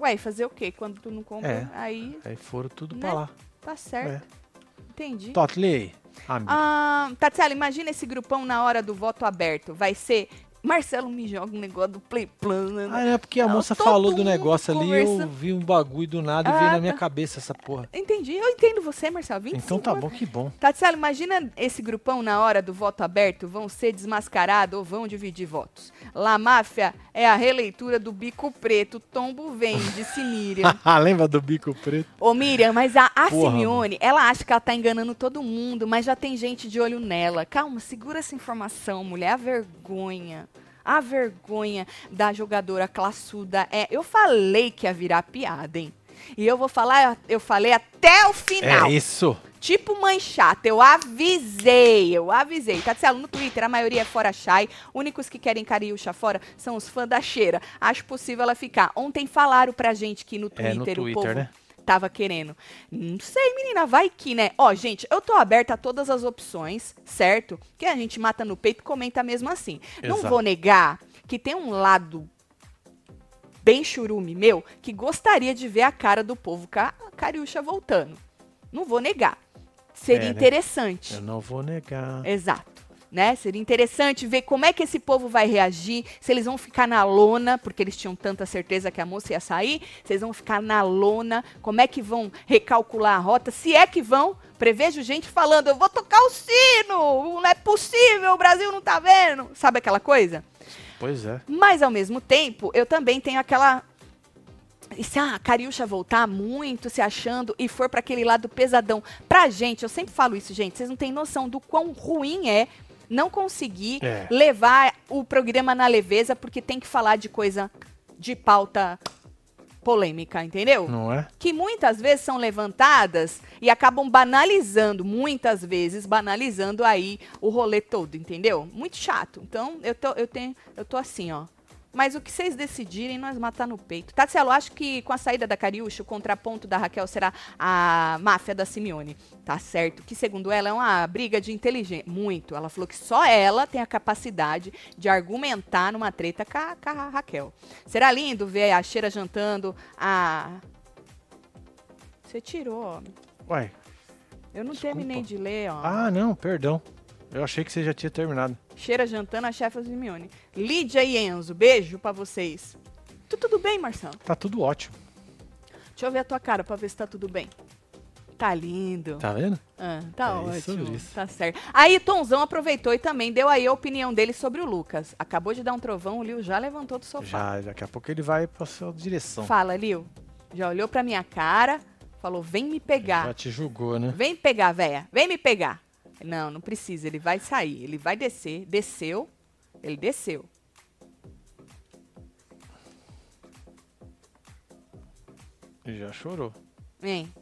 Speaker 1: Ué, fazer o quê? Quando tu não compra,
Speaker 2: É.
Speaker 1: aí
Speaker 2: Aí foram tudo
Speaker 1: Né?
Speaker 2: pra lá.
Speaker 1: tá certo.
Speaker 2: É.
Speaker 1: Entendi.
Speaker 2: Totley, amigo.
Speaker 1: Ah, Tatiana, imagina esse grupão na hora do voto aberto. Vai ser. Marcelo me joga um negócio do Play Plan. né?
Speaker 2: Ah, é porque a
Speaker 1: Não,
Speaker 2: moça
Speaker 1: todo
Speaker 2: falou do
Speaker 1: mundo
Speaker 2: negócio ali, eu
Speaker 1: um conversa.
Speaker 2: vi um bagulho do nada e veio
Speaker 1: Ah,
Speaker 2: na minha
Speaker 1: tá.
Speaker 2: cabeça essa porra.
Speaker 1: Entendi. Eu entendo você, Marcelo. 25
Speaker 2: Então tá
Speaker 1: anos.
Speaker 2: bom, que bom.
Speaker 1: Tatiana, imagina esse grupão na hora do voto aberto vão ser desmascarados ou vão dividir votos. La Máfia é a releitura do Bico Preto. Tombo vem, disse Miriam.
Speaker 2: Ah, Lembra do bico preto?
Speaker 1: Ô, Miriam, mas a, a
Speaker 2: Porra,
Speaker 1: Simeone, ela acha que ela tá enganando todo mundo, mas já tem gente de olho nela. Calma, segura essa informação, mulher. A vergonha. A vergonha da jogadora classuda é. Eu falei que ia virar piada, hein? E eu vou falar, eu falei até o final.
Speaker 2: É isso.
Speaker 1: Tipo mãe chata, eu avisei, eu avisei. Tá Tatielo, no Twitter, a maioria é fora Chai. Únicos que querem Cariúcha fora são os fãs da cheira. Acho possível ela ficar. Ontem falaram pra gente que no Twitter,
Speaker 2: É, no
Speaker 1: o
Speaker 2: Twitter,
Speaker 1: povo
Speaker 2: né?
Speaker 1: tava querendo. Não sei, menina, vai que, né? Ó, gente, eu tô aberta a todas as opções, certo? Que a gente mata no peito e comenta mesmo assim. Não
Speaker 2: Exato.
Speaker 1: vou negar que tem um lado bem churume meu que gostaria de ver a cara do povo ca cariúcha voltando. Não vou negar. Seria
Speaker 2: É, né?
Speaker 1: interessante.
Speaker 2: Eu não vou negar.
Speaker 1: É. Exato. Né? Seria interessante ver como é que esse povo vai reagir, se eles vão ficar na lona, porque eles tinham tanta certeza que a moça ia sair, se eles vão ficar na lona, como é que vão recalcular a rota, se é que vão. Prevejo gente falando, eu vou tocar o sino, não é possível, o Brasil não tá vendo. Sabe aquela coisa?
Speaker 2: Pois é.
Speaker 1: Mas, ao mesmo tempo, eu também tenho aquela. E se a Cariúcha voltar muito se achando e for pra aquele lado pesadão? Pra gente, eu sempre falo isso, gente, vocês não têm noção do quão ruim é não conseguir
Speaker 2: É.
Speaker 1: levar o programa na leveza porque tem que falar de coisa de pauta polêmica, entendeu?
Speaker 2: Não é?
Speaker 1: que muitas vezes são levantadas e acabam banalizando, muitas vezes banalizando aí o rolê todo, entendeu? Muito chato. Então, eu tô, eu tenho, eu tô assim, ó. Mas o que vocês decidirem, nós matar no peito. Tatselo, acho que com a saída da Cariúcha, o contraponto da Raquel será a máfia da Simeone. Tá certo. Que, segundo ela, é uma briga de inteligência. Muito. Ela falou que só ela tem a capacidade de argumentar numa treta com a, com a Raquel. Será lindo ver a Cheira jantando a você tirou, homem.
Speaker 2: Uai.
Speaker 1: Eu não
Speaker 2: Desculpa.
Speaker 1: terminei de ler, ó.
Speaker 2: Ah, não, perdão. Eu achei que você já tinha terminado.
Speaker 1: Cheira jantando a chefa Simeone. Lídia e Enzo, beijo pra vocês. Tu tudo bem, Marcelo?
Speaker 2: Tá tudo ótimo.
Speaker 1: Deixa eu ver a tua cara pra ver se tá tudo bem. Tá lindo.
Speaker 2: Tá vendo?
Speaker 1: Ah, tá
Speaker 2: É isso,
Speaker 1: ótimo.
Speaker 2: isso.
Speaker 1: Tá certo. Aí Tonzão aproveitou e também deu aí a opinião dele sobre o Lucas. Acabou de dar um trovão, o Liu já levantou do sofá.
Speaker 2: Já, daqui a pouco ele vai pra sua direção.
Speaker 1: Fala, Liu. Já olhou pra minha cara, falou: vem me pegar.
Speaker 2: Já te julgou, né?
Speaker 1: Vem pegar, véia. Vem me pegar. Não, não precisa. Ele vai sair. Ele vai descer. Desceu. Ele desceu.
Speaker 2: Ele já chorou.
Speaker 1: Vem.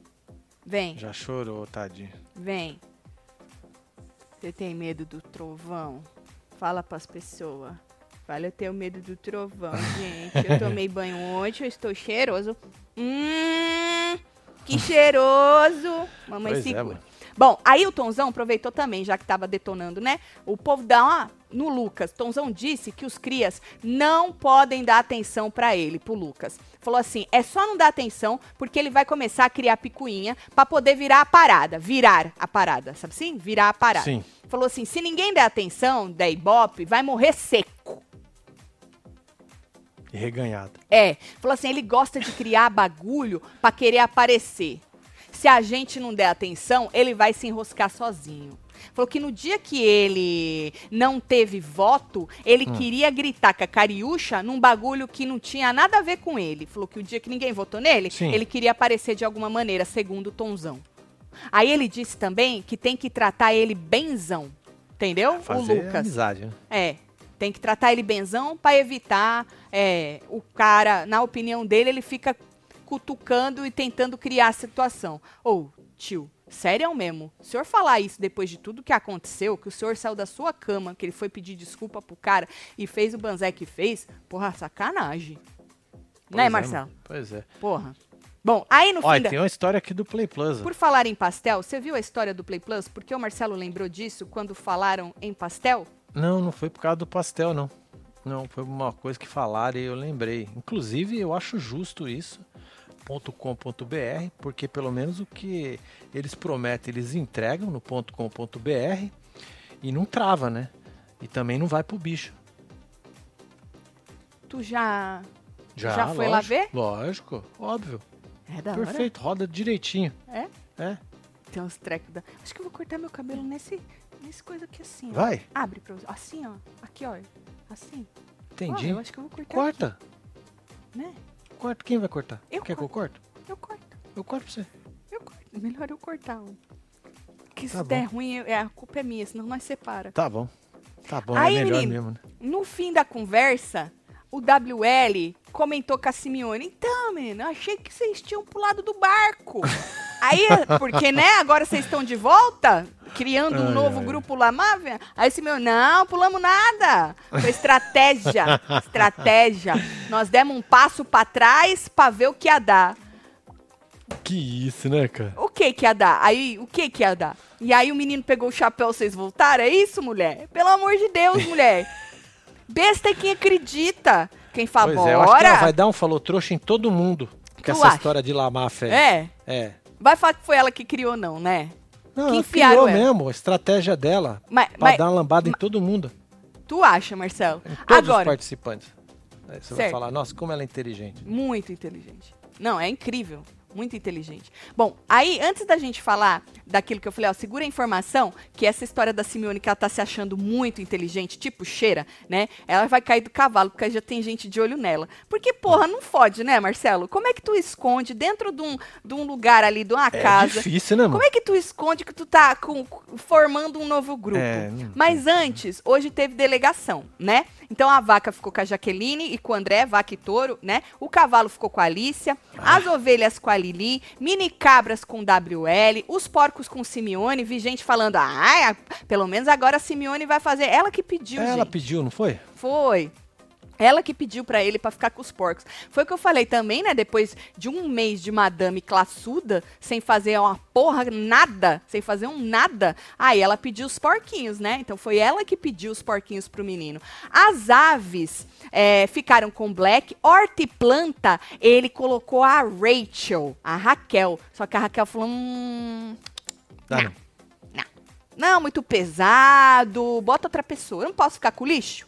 Speaker 1: Vem.
Speaker 2: Já chorou, tadinho.
Speaker 1: Vem. Você tem medo do trovão? Fala pras pessoas. Fala, eu tenho medo do trovão, gente. Eu tomei banho ontem, eu estou cheiroso. Hum, que cheiroso. Mamãe
Speaker 2: Pois é,
Speaker 1: segura.
Speaker 2: mano.
Speaker 1: Bom, aí o Tonzão aproveitou também, já que tava detonando, né? O povo dá uma no Lucas. Tonzão disse que os crias não podem dar atenção pra ele, pro Lucas. Falou assim: "É só não dar atenção porque ele vai começar a criar picuinha pra poder virar a parada, virar a parada, sabe assim? Virar a parada".
Speaker 2: Sim.
Speaker 1: Falou assim: "Se ninguém der atenção, der ibope, vai morrer seco".
Speaker 2: E reganhado.
Speaker 1: É, falou assim, ele gosta de criar bagulho pra querer aparecer. Se a gente não der atenção, ele vai se enroscar sozinho. Falou que no dia que ele não teve voto,
Speaker 2: Hum.
Speaker 1: ele queria gritar com a cariúcha num bagulho que não tinha nada a ver com ele. Falou que o dia que ninguém votou nele,
Speaker 2: Sim.
Speaker 1: ele queria aparecer de alguma maneira, segundo o Tonzão. Aí ele disse também que tem que tratar ele benzão, entendeu?
Speaker 2: É, Fazer
Speaker 1: o Lucas.
Speaker 2: amizade, né?
Speaker 1: É. Tem que tratar ele benzão pra evitar é, o cara, na opinião dele, ele fica cutucando e tentando criar a situação. Ou, tio, sério mesmo, o senhor falar isso depois de tudo que aconteceu, que o senhor saiu da sua cama, que ele foi pedir desculpa pro cara e fez o banzé que fez, porra, sacanagem. né,
Speaker 2: Pois é,
Speaker 1: Marcelo?
Speaker 2: mano. Pois é.
Speaker 1: Porra. Bom, aí no fim
Speaker 2: Olha,
Speaker 1: da...
Speaker 2: tem uma história aqui do Play Plus. ó.
Speaker 1: Por falar em pastel, você viu a história do Play Plus? Porque o Marcelo lembrou disso quando falaram em pastel?
Speaker 2: Não, não foi por causa do pastel, não. Não, foi uma coisa que falaram e eu lembrei. Inclusive, eu acho justo isso. .com.br, porque pelo menos o que eles prometem, eles entregam no .com.br e não trava, né? E também não vai pro bicho.
Speaker 1: Tu já
Speaker 2: Já,
Speaker 1: Já foi lá
Speaker 2: lógico,
Speaker 1: ver?
Speaker 2: Lógico, óbvio.
Speaker 1: É da hora.
Speaker 2: Perfeito, roda direitinho.
Speaker 1: É?
Speaker 2: É,
Speaker 1: Tem uns trecos da. Acho que eu vou cortar meu cabelo nesse, nesse coisa aqui assim. Ó.
Speaker 2: vai,
Speaker 1: Abre pra você. Assim, ó. Aqui, ó. Assim. Ó,
Speaker 2: entendi.
Speaker 1: eu acho que eu vou cortar.
Speaker 2: Corta,
Speaker 1: aqui, né?
Speaker 2: corta. Quem vai cortar?
Speaker 1: Eu
Speaker 2: Quer que eu corto?
Speaker 1: Eu corto.
Speaker 2: Eu corto pra você.
Speaker 1: Eu corto. Melhor eu cortar. Ó. Que se
Speaker 2: Tá
Speaker 1: der ruim, eu- é, a culpa é minha, senão nós separa.
Speaker 2: Tá bom. Tá bom,
Speaker 1: Aí,
Speaker 2: é melhor
Speaker 1: menino.
Speaker 2: mesmo, né?
Speaker 1: No fim da conversa, o WL comentou com a Simeone. Então, menino, eu achei que vocês tinham pulado do barco. Aí, porque, né, agora vocês estão de volta, criando um
Speaker 2: Ai,
Speaker 1: novo
Speaker 2: ai.
Speaker 1: grupo lá, Mávia. Aí Simeone, não, pulamos nada. Foi estratégia, estratégia. Nós demos um passo pra trás pra ver o que ia dar.
Speaker 2: Que isso, né, cara?
Speaker 1: O que que ia dar? Aí, o que que ia dar? E aí o menino pegou o chapéu, vocês voltaram? É isso, mulher? Pelo amor de Deus, mulher. Besta é quem acredita. Quem fala,
Speaker 2: Pois é, eu acho que ela vai
Speaker 1: bora.
Speaker 2: dar um falou trouxa em todo mundo com
Speaker 1: Tu
Speaker 2: essa
Speaker 1: acha?
Speaker 2: história de lamar a fé.
Speaker 1: É,
Speaker 2: É.
Speaker 1: vai falar que foi ela que criou, não, né?
Speaker 2: Não,
Speaker 1: Que
Speaker 2: ela
Speaker 1: enfiaram
Speaker 2: criou
Speaker 1: ela.
Speaker 2: mesmo a estratégia dela
Speaker 1: Mas,
Speaker 2: pra
Speaker 1: mas
Speaker 2: dar uma lambada em todo mundo,
Speaker 1: tu acha, Marcelo?
Speaker 2: em todos os
Speaker 1: Agora,
Speaker 2: participantes. Aí você vai
Speaker 1: Certo.
Speaker 2: falar, nossa, como ela é inteligente.
Speaker 1: Muito inteligente. Não, é incrível. Muito inteligente. Bom, aí, antes da gente falar daquilo que eu falei, ó, segura a informação, que essa história da Simeone, que ela tá se achando muito inteligente, tipo cheira, né? Ela vai cair do cavalo, porque já tem gente de olho nela. Porque, porra, não fode, né, Marcelo? Como é que tu esconde dentro de um, de um lugar ali, de uma
Speaker 2: É
Speaker 1: casa,
Speaker 2: difícil, né, mano?
Speaker 1: como é que tu esconde que tu tá com- formando um novo grupo?
Speaker 2: É, não-
Speaker 1: Mas antes, hoje teve delegação, né? Então a vaca ficou com a Jaqueline e com o André, vaca e touro, né? O cavalo ficou com a Alicia,
Speaker 2: Ah.
Speaker 1: as ovelhas com a Lili, mini cabras com WL, os porcos com Simeone. Vi gente falando, ah, é, pelo menos agora a Simeone vai fazer. Ela que pediu,
Speaker 2: ela
Speaker 1: gente.
Speaker 2: pediu, não foi?
Speaker 1: Foi. Ela que pediu pra ele pra ficar com os porcos. Foi o que eu falei também, né? Depois de um mês de madame classuda, sem fazer uma porra nada, sem fazer um nada, aí ela pediu os porquinhos, né? Então foi ela que pediu os porquinhos pro menino. As aves é, ficaram com Black. Hortiplanta, ele colocou a Rachel, a Raquel. Só que a Raquel falou: hum,
Speaker 2: Tá, não.
Speaker 1: não, muito pesado, bota outra pessoa. Eu não posso ficar com lixo.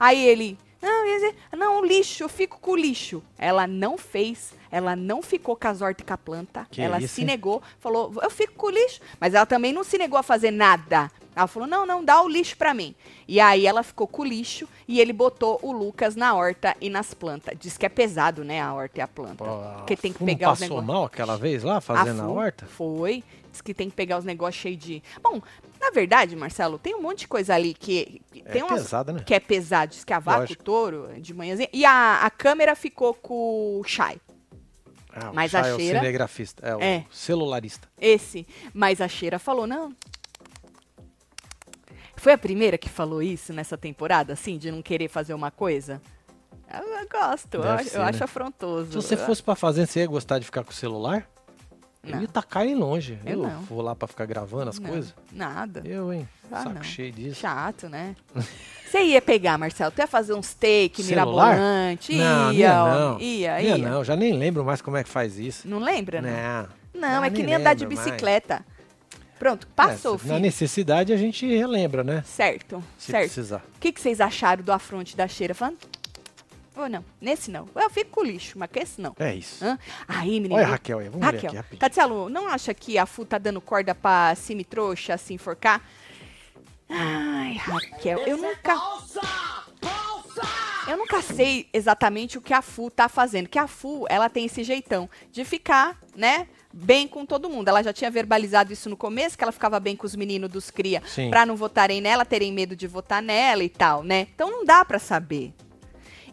Speaker 1: Aí ele, Não, ia dizer, não, o lixo, eu fico com o lixo. Ela não fez, ela não ficou casorte com a planta,
Speaker 2: Que
Speaker 1: ela
Speaker 2: isso,
Speaker 1: se
Speaker 2: hein?
Speaker 1: negou, falou, eu fico com o lixo. Mas ela também não se negou a fazer nada. Ela falou, não, não, dá o lixo pra mim. E aí ela ficou com o lixo e ele botou o Lucas na horta e nas plantas. Diz que é pesado, né, a horta e a planta. porque tem Então, que
Speaker 2: Fu não
Speaker 1: pegar os
Speaker 2: passou
Speaker 1: negócios.
Speaker 2: mal aquela vez lá, fazendo a,
Speaker 1: Fu
Speaker 2: horta?
Speaker 1: Foi. Diz que tem que pegar os negócios cheios de. Bom, na verdade, Marcelo, tem um monte de coisa ali que. que
Speaker 2: É
Speaker 1: tem umas
Speaker 2: pesada, né?
Speaker 1: que é pesado. Diz que a vaca,
Speaker 2: Lógico.
Speaker 1: o touro, de manhãzinha. E a, a câmera ficou com o Shai.
Speaker 2: Ah, o
Speaker 1: Mas a
Speaker 2: Chay é o
Speaker 1: cheira-
Speaker 2: cinegrafista, é o
Speaker 1: É.
Speaker 2: celularista.
Speaker 1: Esse. Mas a Cheira falou, não. Foi a primeira que falou isso nessa temporada, assim, de não querer fazer uma coisa? Eu, eu gosto, eu,
Speaker 2: Deve
Speaker 1: acho-
Speaker 2: ser,
Speaker 1: eu
Speaker 2: né?
Speaker 1: acho afrontoso.
Speaker 2: Se você
Speaker 1: Eu-
Speaker 2: fosse pra fazenda, você ia gostar de ficar com o celular? Eu
Speaker 1: Não.
Speaker 2: ia tacar ele longe.
Speaker 1: Eu não.
Speaker 2: vou lá pra ficar gravando as
Speaker 1: não,
Speaker 2: coisas.
Speaker 1: Nada.
Speaker 2: Eu, hein?
Speaker 1: Ah,
Speaker 2: Saco
Speaker 1: não.
Speaker 2: cheio disso.
Speaker 1: Chato, né? Você ia pegar, Marcelo, tu ia fazer uns take
Speaker 2: Celular?
Speaker 1: mirabolante,
Speaker 2: Não, não
Speaker 1: ia,
Speaker 2: ia
Speaker 1: ó,
Speaker 2: não.
Speaker 1: ia,
Speaker 2: Ia
Speaker 1: ia.
Speaker 2: não, já nem lembro mais como é que faz isso.
Speaker 1: Não lembra, né?
Speaker 2: Não.
Speaker 1: Não,
Speaker 2: Ah,
Speaker 1: é que
Speaker 2: nem
Speaker 1: nem andar de
Speaker 2: lembro mais.
Speaker 1: bicicleta. Pronto, passou,
Speaker 2: É, se-
Speaker 1: filho.
Speaker 2: Na necessidade a gente relembra, né?
Speaker 1: Certo,
Speaker 2: Se
Speaker 1: certo.
Speaker 2: precisar.
Speaker 1: O que, que vocês acharam do afronte da cheira? Falando, ou não, nesse não. Eu fico com o lixo, mas que esse não.
Speaker 2: É isso.
Speaker 1: Hã? Aí, menino.
Speaker 2: Olha, Raquel, aí, vamos ver
Speaker 1: Raquel, tá
Speaker 2: aqui rapidinho.
Speaker 1: Tatielo, não acha que a Fu tá dando corda pra cime trouxa se enforcar? Ai, Raquel, eu nunca. Eu nunca sei exatamente o que a Fu tá fazendo. Que a Fu, ela tem esse jeitão de ficar, né? Bem com todo mundo. Ela já tinha verbalizado isso no começo, que ela ficava bem com os meninos dos cria,
Speaker 2: Sim.
Speaker 1: pra não votarem nela, terem medo de votar nela e tal, né? Então não dá pra saber.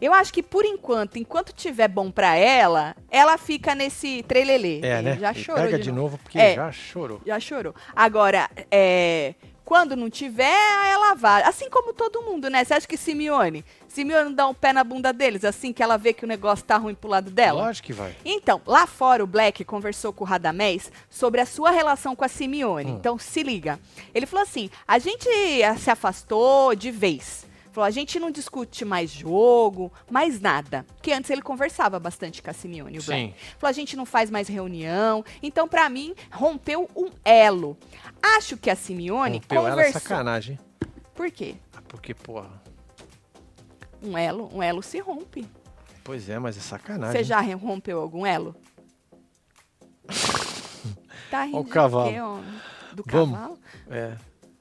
Speaker 1: Eu acho que por enquanto, enquanto tiver bom pra ela, ela fica nesse trelelê.
Speaker 2: É, né?
Speaker 1: Já
Speaker 2: E
Speaker 1: chorou
Speaker 2: Pega
Speaker 1: de
Speaker 2: de
Speaker 1: novo.
Speaker 2: novo, porque
Speaker 1: É.
Speaker 2: já chorou.
Speaker 1: Já chorou. Agora, é, quando não tiver, ela vai. Assim como todo mundo, né? Você acha que Simeone? Simeone não dá um pé na bunda deles assim que ela vê que o negócio tá ruim pro lado dela?
Speaker 2: Lógico que vai.
Speaker 1: Então, lá fora o Black conversou com o Radamés sobre a sua relação com a Simeone.
Speaker 2: Hum.
Speaker 1: Então, se liga. Ele falou assim: a gente eh, se afastou de vez. Falou, a gente não discute mais jogo, mais nada. Porque antes ele conversava bastante com a Simeone, o Black.
Speaker 2: Sim.
Speaker 1: Falou, a gente não faz mais reunião. Então, pra mim, rompeu um elo. Acho que a Simeone
Speaker 2: Rompeu ela é
Speaker 1: conversou.
Speaker 2: sacanagem.
Speaker 1: Por quê?
Speaker 2: Ah, Porque, porra,
Speaker 1: Um elo, um elo se rompe.
Speaker 2: pois é, mas é sacanagem.
Speaker 1: Você já re- rompeu algum elo? tá rindo
Speaker 2: o
Speaker 1: de
Speaker 2: cavalo.
Speaker 1: quê, homem? Do
Speaker 2: Vamos.
Speaker 1: cavalo?
Speaker 2: É,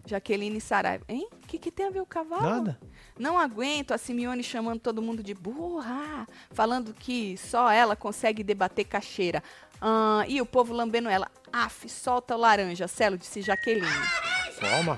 Speaker 1: Jaqueline Saraiva. Hein? O que, que tem a ver o cavalo?
Speaker 2: nada.
Speaker 1: Não aguento a Simeone chamando todo mundo de burra, falando que só ela consegue debater cacheira. Ah, e o povo lambendo ela. Af, solta o laranja, Celo, disse Jaqueline.
Speaker 2: Toma.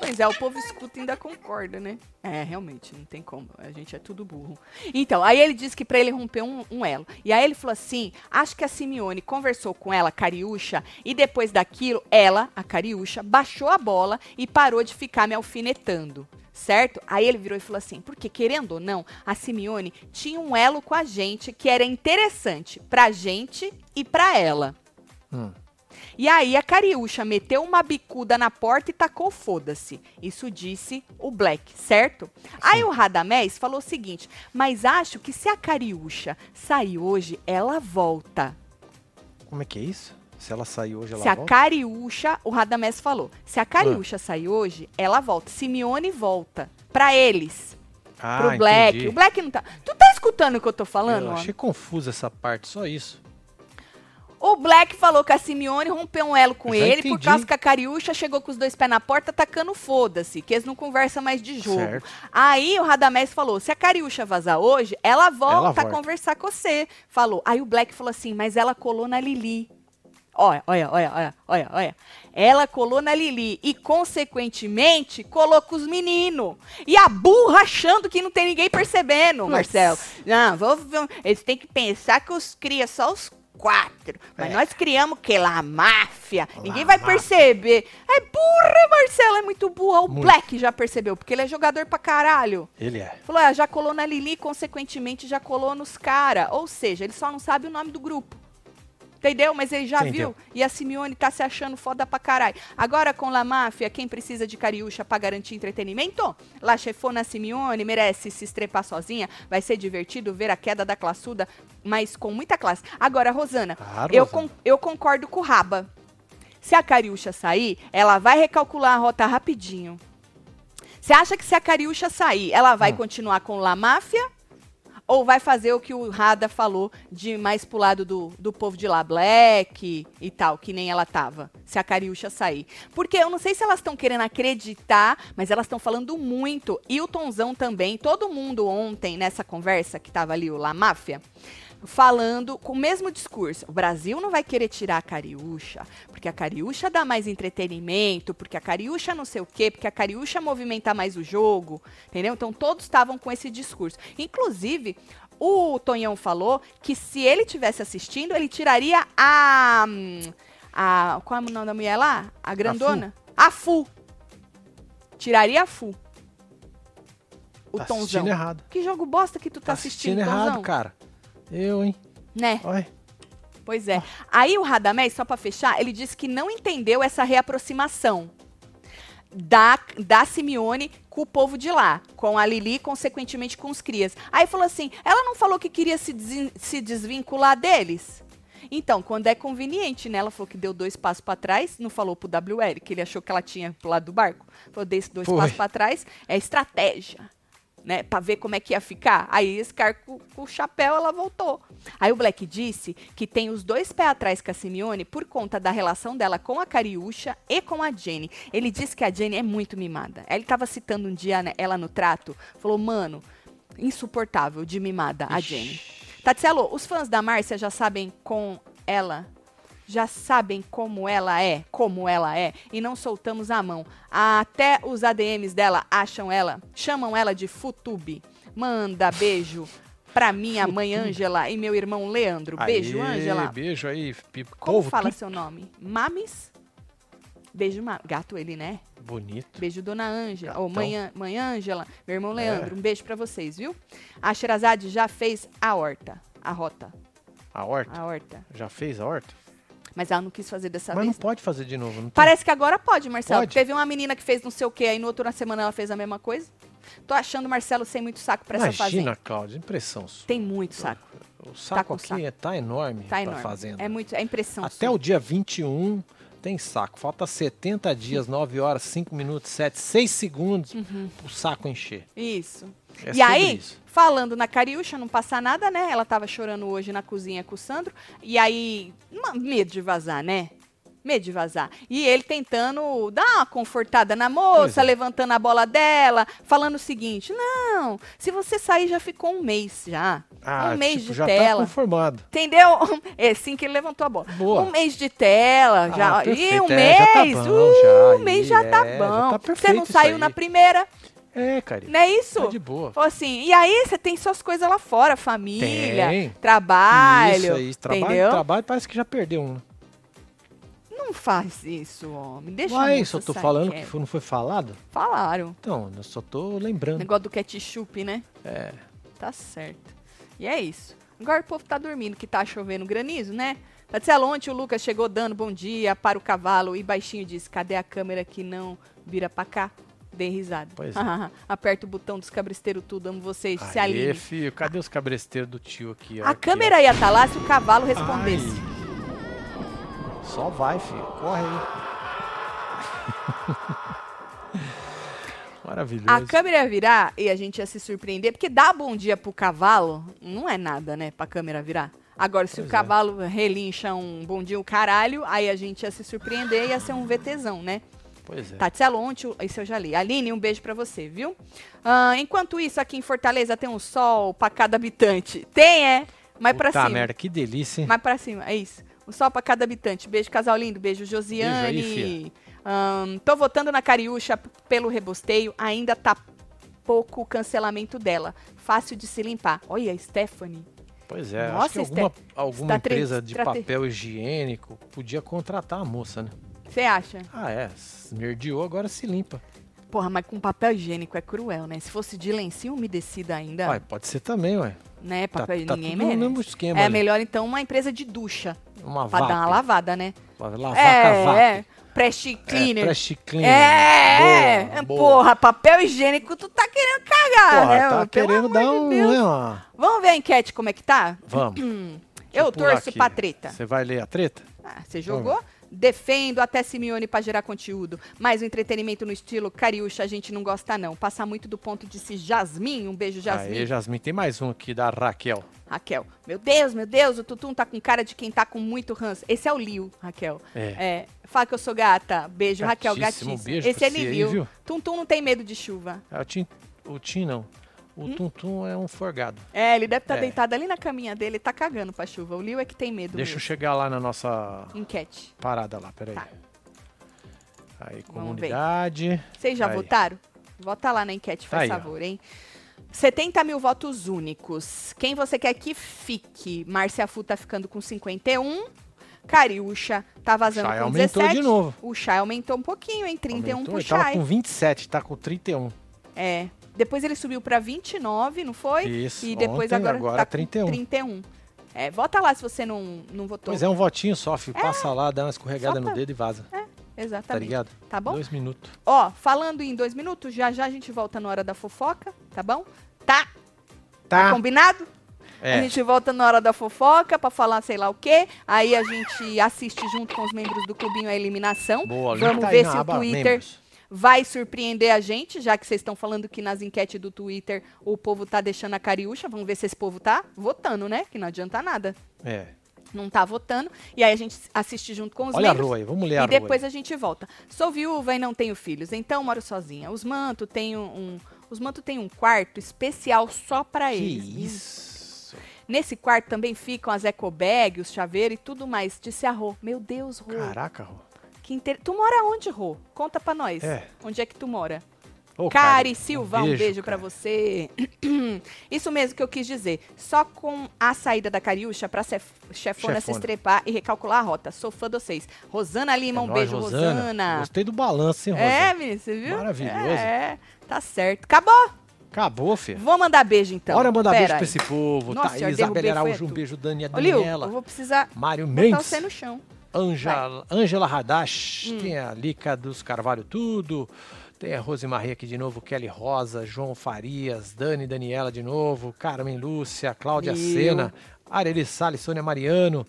Speaker 1: Pois é, o povo escuta e ainda concorda, né? É, realmente, não tem como. A gente é tudo burro. Então, aí ele disse que pra ele romper um, um elo. E aí ele falou assim: acho que a Simeone conversou com ela, Cariúcha, e depois daquilo, ela, a Cariúcha, baixou a bola e parou de ficar me alfinetando. Certo? Aí ele virou e falou assim: porque querendo ou não, a Simeone tinha um elo com a gente que era interessante pra gente e pra ela.
Speaker 2: Hum.
Speaker 1: E aí a Cariúcha meteu uma bicuda na porta e tacou foda-se. Isso disse o Black, certo? Aí o Radamés falou o seguinte: "Mas acho que se a Cariúcha sair hoje, ela volta".
Speaker 2: Como é que é isso? Se ela sair hoje, ela
Speaker 1: se a
Speaker 2: volta? Ah.
Speaker 1: Cariúcha, o Radamés falou: "Se a Cariúcha sair hoje, ela volta. Simeone volta Pra eles,
Speaker 2: Ah,
Speaker 1: pro Black.
Speaker 2: entendi.
Speaker 1: O Black não tá. Tu tá escutando o que eu tô falando,
Speaker 2: Eu
Speaker 1: homem?
Speaker 2: achei confusa essa parte, só isso.
Speaker 1: O Black falou que a Simeone rompeu um elo com
Speaker 2: Já
Speaker 1: ele por
Speaker 2: entendi.
Speaker 1: causa que a Cariúcha chegou com os dois pés na porta tacando foda-se, que eles não conversam mais de jogo.
Speaker 2: Certo.
Speaker 1: Aí o Radamés falou: se a Cariúcha vazar hoje, ela volta,
Speaker 2: Ela
Speaker 1: a
Speaker 2: volta.
Speaker 1: conversar com você. Falou. Aí o Black falou assim: mas ela colou na Lili. Olha, olha, olha, olha, olha, olha. Ela colou na Lili e, consequentemente, colou com os meninos. E a burra achando que não tem ninguém percebendo,
Speaker 2: Nossa.
Speaker 1: Marcelo. Não, vou, vou- eles têm que pensar que os cria só os quatro. Mas
Speaker 2: É.
Speaker 1: nós criamos o quê lá? A máfia.
Speaker 2: Lá,
Speaker 1: ninguém
Speaker 2: a
Speaker 1: vai
Speaker 2: máfia.
Speaker 1: perceber. É burra, Marcelo, é muito burra. O
Speaker 2: Muito.
Speaker 1: Black já percebeu, porque ele é jogador pra caralho.
Speaker 2: Ele é.
Speaker 1: Falou, ah, já colou na Lili, consequentemente já colou nos cara. Ou seja, ele só não sabe o nome do grupo. Entendeu? Mas ele já
Speaker 2: Entendeu.
Speaker 1: viu. E a Simeone tá se achando foda pra caralho. Agora com La Máfia, quem precisa de cariúcha pra garantir entretenimento? La chefona Simeone merece se estrepar sozinha. Vai ser divertido ver a queda da classuda, mas com muita classe. Agora, Rosana,
Speaker 2: Ah,
Speaker 1: eu,
Speaker 2: Rosana.
Speaker 1: con- eu concordo com o Raba. Se a Cariúcha sair, ela vai recalcular a rota rapidinho. Você acha que se a Cariúcha sair, ela vai continuar com La Máfia? Ou vai fazer o que o Rada falou de mais pro lado do, do povo de La Black e tal, que nem ela tava, se a Cariúcha sair. Porque eu não sei se elas estão querendo acreditar, mas elas estão falando muito. E o Tonzão também, todo mundo ontem, nessa conversa que tava ali, o La Máfia, falando com o mesmo discurso. O Brasil não vai querer tirar a Cariúcha, porque a Cariúcha dá mais entretenimento, porque a Cariúcha não sei o quê, porque a Cariúcha movimenta mais o jogo, entendeu? Então todos estavam com esse discurso. Inclusive, o Tonhão falou que se ele tivesse assistindo, ele tiraria a hum, a qual é o nome da mulher lá? A grandona? A Fu. Tiraria a Fu. O
Speaker 2: tá
Speaker 1: Tonzão.
Speaker 2: assistindo errado.
Speaker 1: Que jogo bosta que tu tá,
Speaker 2: Tá assistindo
Speaker 1: assistindo,
Speaker 2: errado,
Speaker 1: Tonzão?
Speaker 2: cara. Eu, hein?
Speaker 1: Né?
Speaker 2: Olha.
Speaker 1: Pois é. Aí o Radamés, só para fechar, ele disse que não entendeu essa reaproximação da, da Simeone com o povo de lá, com a Lili e, consequentemente, com os crias. Aí falou assim, ela não falou que queria se, desin- se desvincular deles? Então, quando é conveniente, né? Ela falou que deu dois passos para trás, não falou pro WL, que ele achou que ela tinha pro lado do barco. Falou, dei dois
Speaker 2: Foi.
Speaker 1: passos para trás, é estratégia, né? Pra ver como é que ia ficar. Aí esse cara com, com o chapéu, ela voltou. Aí o Black disse que tem os dois pés atrás com a Simeone por conta da relação dela com a Cariúcha e com a Jenny. Ele disse que a Jenny é muito mimada. Ele tava citando um dia né, ela no trato, falou, mano, insuportável de mimada a Jenny. Tatielo, os fãs da Márcia já sabem com ela. Já sabem como ela é, como ela é, e não soltamos a mão. Até os ADMs dela acham ela, chamam ela de Futube. Manda beijo pra minha mãe Ângela e meu irmão Leandro. Beijo,
Speaker 2: Aê,
Speaker 1: Ângela.
Speaker 2: Beijo aí, Pipo.
Speaker 1: Como
Speaker 2: Povo,
Speaker 1: fala
Speaker 2: tudo
Speaker 1: seu nome? Mames? Beijo, ma... gato ele, né?
Speaker 2: bonito.
Speaker 1: Beijo, dona Ângela.
Speaker 2: Gatão. É.
Speaker 1: Ô, mãe, An- mãe Ângela, meu irmão Leandro. Um beijo pra vocês, viu? A Xerazade já fez a horta. A rota.
Speaker 2: A horta.
Speaker 1: A horta.
Speaker 2: Já fez a horta?
Speaker 1: Mas ela não quis fazer dessa
Speaker 2: Mas não
Speaker 1: vez.
Speaker 2: pode fazer de novo, não tem?
Speaker 1: Parece que agora pode, Marcelo.
Speaker 2: Pode?
Speaker 1: Teve uma menina que fez não sei o quê, aí no outro na semana ela fez a mesma coisa. Tô achando o Marcelo sem muito saco pra essa fazenda.
Speaker 2: Imagina, Cláudia, impressão sua.
Speaker 1: Tem muito saco,
Speaker 2: O saco
Speaker 1: com
Speaker 2: aqui
Speaker 1: saco.
Speaker 2: É, tá enorme
Speaker 1: tá
Speaker 2: pra
Speaker 1: enorme.
Speaker 2: fazenda.
Speaker 1: É muito, é impressão
Speaker 2: Até
Speaker 1: sua.
Speaker 2: o dia 21 tem saco. Falta 70 dias, 9 horas, 5 minutos, 7, 6 segundos pro saco encher.
Speaker 1: Isso.
Speaker 2: É
Speaker 1: Uhum. e
Speaker 2: sobre
Speaker 1: aí,
Speaker 2: isso.
Speaker 1: falando na Cariúcha, não passar nada, né? Ela tava chorando hoje na cozinha com o Sandro. E aí, uma- medo de vazar, né? Medo de vazar. E ele tentando dar uma confortada na moça,
Speaker 2: Pois é.
Speaker 1: levantando a bola dela, falando o seguinte: não, se você sair já ficou um mês já.
Speaker 2: Ah,
Speaker 1: um mês
Speaker 2: tipo,
Speaker 1: de
Speaker 2: já
Speaker 1: tela.
Speaker 2: tá conformado.
Speaker 1: Entendeu? É assim que ele levantou a bola.
Speaker 2: Boa.
Speaker 1: Um mês de tela, já.
Speaker 2: Ah,
Speaker 1: Ih,
Speaker 2: perfeito.
Speaker 1: um
Speaker 2: É, já tá
Speaker 1: mês!
Speaker 2: bom,
Speaker 1: uh,
Speaker 2: já.
Speaker 1: um mês
Speaker 2: Ih,
Speaker 1: já tá
Speaker 2: é, já
Speaker 1: bom.
Speaker 2: tá
Speaker 1: Você não
Speaker 2: perfeito isso
Speaker 1: saiu
Speaker 2: aí.
Speaker 1: na primeira,
Speaker 2: É, cara.
Speaker 1: não é isso?
Speaker 2: Tá de boa.
Speaker 1: Falou assim, e aí você tem suas coisas lá fora, família,
Speaker 2: Tem.
Speaker 1: trabalho,
Speaker 2: isso aí, trabalho,
Speaker 1: entendeu?
Speaker 2: trabalho parece que já perdeu um. né?
Speaker 1: Não faz isso, homem. Deixa a
Speaker 2: Mas
Speaker 1: moça
Speaker 2: eu tô
Speaker 1: sair
Speaker 2: falando que
Speaker 1: quieta.
Speaker 2: foi- não foi falado?
Speaker 1: Falaram.
Speaker 2: Então, eu só tô lembrando.
Speaker 1: Negócio do ketchup, né? É. Tá certo. E é isso. Agora o povo tá dormindo, que tá chovendo granizo, né? Tatielo, ontem o Lucas chegou dando bom dia para o cavalo e baixinho disse, cadê a câmera que não vira pra cá? Dei risada.
Speaker 2: Pois é.
Speaker 1: Aperta o botão dos cabresteiros tudo, amo vocês, se
Speaker 2: Aê,
Speaker 1: alinhe.
Speaker 2: filho, cadê os cabresteiros do tio aqui? ó?
Speaker 1: A
Speaker 2: Aqui,
Speaker 1: câmera ia estar lá se o cavalo
Speaker 2: ó.
Speaker 1: respondesse.
Speaker 2: Ai. Só vai, filho. Corre aí. Maravilhoso.
Speaker 1: A câmera ia virar e a gente ia se surpreender, porque dar bom dia pro cavalo não é nada, né? Pra câmera virar. Agora, se o
Speaker 2: Pois é.
Speaker 1: cavalo relincha um bom dia, o caralho, aí a gente ia se surpreender e ia ser um VTzão, né?
Speaker 2: Pois é.
Speaker 1: Tatiana Lonte, isso eu já li. Aline, um beijo pra você, viu? Ah, enquanto isso, aqui em Fortaleza tem um sol pra cada habitante. Tem, é? Mas pra
Speaker 2: Puta
Speaker 1: cima.
Speaker 2: merda, que delícia, hein?
Speaker 1: Mais pra cima, é isso. Um sol pra cada habitante. Beijo, casal lindo. Beijo, Josiane.
Speaker 2: Beijo aí,
Speaker 1: Ahn, tô votando na Cariúcha p- pelo rebosteio. Ainda tá pouco o cancelamento dela. Fácil de se limpar. Olha, Stephanie.
Speaker 2: Pois é,
Speaker 1: Nossa,
Speaker 2: acho que
Speaker 1: este-
Speaker 2: alguma, alguma
Speaker 1: está tre-
Speaker 2: empresa de
Speaker 1: trate-
Speaker 2: papel higiênico podia contratar a moça, né?
Speaker 1: Você acha?
Speaker 2: Ah, é, esmerdeou, agora se limpa.
Speaker 1: Porra, mas com papel higiênico é cruel, né? Se fosse de lencinho umedecido ainda,
Speaker 2: Ué, pode ser também, ué.
Speaker 1: né?
Speaker 2: Tá,
Speaker 1: Tá. Papel
Speaker 2: tá
Speaker 1: ninguém
Speaker 2: tudo no mesmo
Speaker 1: merece.
Speaker 2: esquema
Speaker 1: É
Speaker 2: ali.
Speaker 1: melhor então uma empresa de ducha.
Speaker 2: Uma
Speaker 1: Pra dar uma
Speaker 2: vaca.
Speaker 1: lavada, né?
Speaker 2: Pra lavar
Speaker 1: é,
Speaker 2: cavaco.
Speaker 1: é. Preste cleaner.
Speaker 2: Trash cleaner.
Speaker 1: É, é,
Speaker 2: Boa, boa.
Speaker 1: porra, papel higiênico tu tá querendo cagar,
Speaker 2: Porra,
Speaker 1: né?
Speaker 2: tá
Speaker 1: mano? Pelo
Speaker 2: querendo
Speaker 1: amor
Speaker 2: dar
Speaker 1: de
Speaker 2: um,
Speaker 1: Deus.
Speaker 2: né, ó.
Speaker 1: Vamos ver a enquete como é que tá?
Speaker 2: Vamos.
Speaker 1: Eu
Speaker 2: Deixa pular
Speaker 1: torço
Speaker 2: aqui.
Speaker 1: pra treta.
Speaker 2: Você vai ler a treta?
Speaker 1: Ah, Você jogou? Defendo até Simeone para gerar conteúdo, mas o entretenimento no estilo cariúcha a gente não gosta não. Passar muito do ponto de si Jasmin, um beijo Jasmin.
Speaker 2: Aí, Jasmin, tem mais um aqui da Raquel.
Speaker 1: Raquel, meu Deus, meu Deus, o Tutum tá com cara de quem tá com muito ranço. Esse é o Liu, Raquel.
Speaker 2: É.
Speaker 1: É, fala que eu sou gata. Beijo, Raquel,
Speaker 2: Gatíssimo, um
Speaker 1: gatíssimo.
Speaker 2: beijo
Speaker 1: Esse
Speaker 2: pra
Speaker 1: é
Speaker 2: você aí,
Speaker 1: Liu.
Speaker 2: viu?
Speaker 1: Tuntum não tem medo de chuva.
Speaker 2: É, O Tim, o Tim não. O
Speaker 1: Hum?
Speaker 2: Tuntum é um forgado.
Speaker 1: É, ele deve estar
Speaker 2: É.
Speaker 1: deitado ali na caminha dele, tá cagando pra chuva. O Liu é que tem medo
Speaker 2: Deixa eu
Speaker 1: mesmo.
Speaker 2: chegar lá na nossa
Speaker 1: Enquete.
Speaker 2: parada lá, peraí.
Speaker 1: Tá.
Speaker 2: Aí,
Speaker 1: Vamos ver.
Speaker 2: comunidade.
Speaker 1: Vocês já
Speaker 2: Tá Aí. Tá
Speaker 1: votaram? Vota lá na enquete, faz
Speaker 2: Aí, ó.
Speaker 1: favor, hein? 70 mil votos únicos. Quem você quer que fique? Márcia Fu tá ficando com 51. Cariúcha tá vazando
Speaker 2: Chay
Speaker 1: com
Speaker 2: aumentou
Speaker 1: 17.
Speaker 2: de novo.
Speaker 1: O Chay aumentou um pouquinho, hein? 31
Speaker 2: Aumentou,
Speaker 1: pro
Speaker 2: ele tava
Speaker 1: Chay.
Speaker 2: com 27, tá com 31.
Speaker 1: É. Depois ele subiu pra 29, não foi?
Speaker 2: Isso,
Speaker 1: E depois
Speaker 2: ontem,
Speaker 1: agora,
Speaker 2: agora é
Speaker 1: tá
Speaker 2: 31.
Speaker 1: com 31. É, vota lá se você não, não votou.
Speaker 2: Pois é, um votinho só, filho. Passa lá, dá uma escorregada
Speaker 1: Só
Speaker 2: no
Speaker 1: pra-
Speaker 2: dedo e vaza. Tá
Speaker 1: Exatamente.
Speaker 2: ligado?
Speaker 1: tá bom?
Speaker 2: Dois minutos.
Speaker 1: Ó, falando em dois minutos, já já a gente volta na hora da fofoca, tá bom? Tá,
Speaker 2: Tá.
Speaker 1: combinado? A
Speaker 2: É.
Speaker 1: gente volta na hora da fofoca pra falar sei lá o quê. Aí a gente assiste junto com os membros do clubinho a eliminação.
Speaker 2: Boa, link
Speaker 1: Vamos
Speaker 2: tá aí
Speaker 1: ver
Speaker 2: na
Speaker 1: se o
Speaker 2: aba
Speaker 1: Twitter
Speaker 2: Membros.
Speaker 1: vai surpreender a gente, já que vocês estão falando que nas enquetes do Twitter o povo tá deixando a cariúcha. Vamos ver se esse povo tá votando, né? Que não adianta nada.
Speaker 2: É.
Speaker 1: Não tá votando. E aí a gente assiste junto com os
Speaker 2: Olha a
Speaker 1: membros.
Speaker 2: rua aí, vamos ler a
Speaker 1: E
Speaker 2: rua. aí.
Speaker 1: depois a gente volta. Sou viúva e não tenho filhos, então moro sozinha. Os Manto tem um, um- os Manto tem um quarto especial só pra eles.
Speaker 2: Que isso.
Speaker 1: Nesse quarto também ficam as ecobag, os chaveiros e tudo mais. Disse a Rô. Meu Deus, Rô.
Speaker 2: Caraca, Rô.
Speaker 1: Que inter... Tu mora onde, Rô? Conta pra nós.
Speaker 2: É.
Speaker 1: Onde é que tu mora?
Speaker 2: Ô,
Speaker 1: Cari
Speaker 2: um
Speaker 1: Silva, um beijo, pra
Speaker 2: cara.
Speaker 1: você. Isso mesmo que eu quis dizer. Só com a saída da Cariúcha pra chef- chefona, se
Speaker 2: Chefona.
Speaker 1: estrepar e recalcular a rota. Sou fã de vocês. Rosana Lima,
Speaker 2: É
Speaker 1: um
Speaker 2: nóis,
Speaker 1: beijo, Rosana.
Speaker 2: Gostei do balanço, hein, Rosana?
Speaker 1: É, menino, você viu?
Speaker 2: Maravilhoso.
Speaker 1: É, tá certo. Acabou.
Speaker 2: Acabou, filho.
Speaker 1: Vou mandar beijo então.
Speaker 2: Bora mandar
Speaker 1: Pera
Speaker 2: beijo pra
Speaker 1: aí.
Speaker 2: esse povo.
Speaker 1: Nossa senhora,
Speaker 2: Thaís,
Speaker 1: derrubei,
Speaker 2: Abel
Speaker 1: foi
Speaker 2: Araújo, um
Speaker 1: tudo.
Speaker 2: beijo. Dania
Speaker 1: Ô, Liu,
Speaker 2: Daniela,
Speaker 1: eu vou precisar
Speaker 2: Mário
Speaker 1: botar
Speaker 2: Mendes,
Speaker 1: você no chão.
Speaker 2: Ângela Ângela Radache, tem a Lica dos Carvalho Tudo, tem a Rosemarie aqui de novo, Kelly Rosa, João Farias, Dani Daniela de novo, Carmen Lúcia, Cláudia
Speaker 1: Liu.
Speaker 2: Sena, Areli Salles, Sônia Mariano,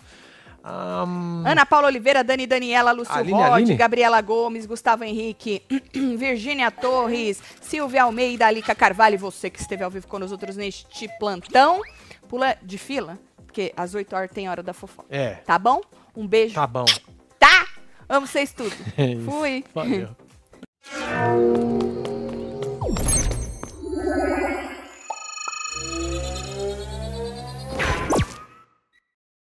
Speaker 2: ahn,
Speaker 1: Ana Paula Oliveira, Dani Daniela, Lúcio
Speaker 2: Aline,
Speaker 1: Rod,
Speaker 2: Aline.
Speaker 1: Gabriela Gomes, Gustavo Henrique, Virgínia Torres, Silvia Almeida, Alica Carvalho, e você que esteve ao vivo com nós outros neste plantão. Pula de fila, porque às 8 horas tem hora da fofoca.
Speaker 2: é,
Speaker 1: Tá bom? Um beijo.
Speaker 2: tá bom.
Speaker 1: Tá? Amo vocês tudo.
Speaker 2: É isso.
Speaker 1: Fui.
Speaker 2: Valeu.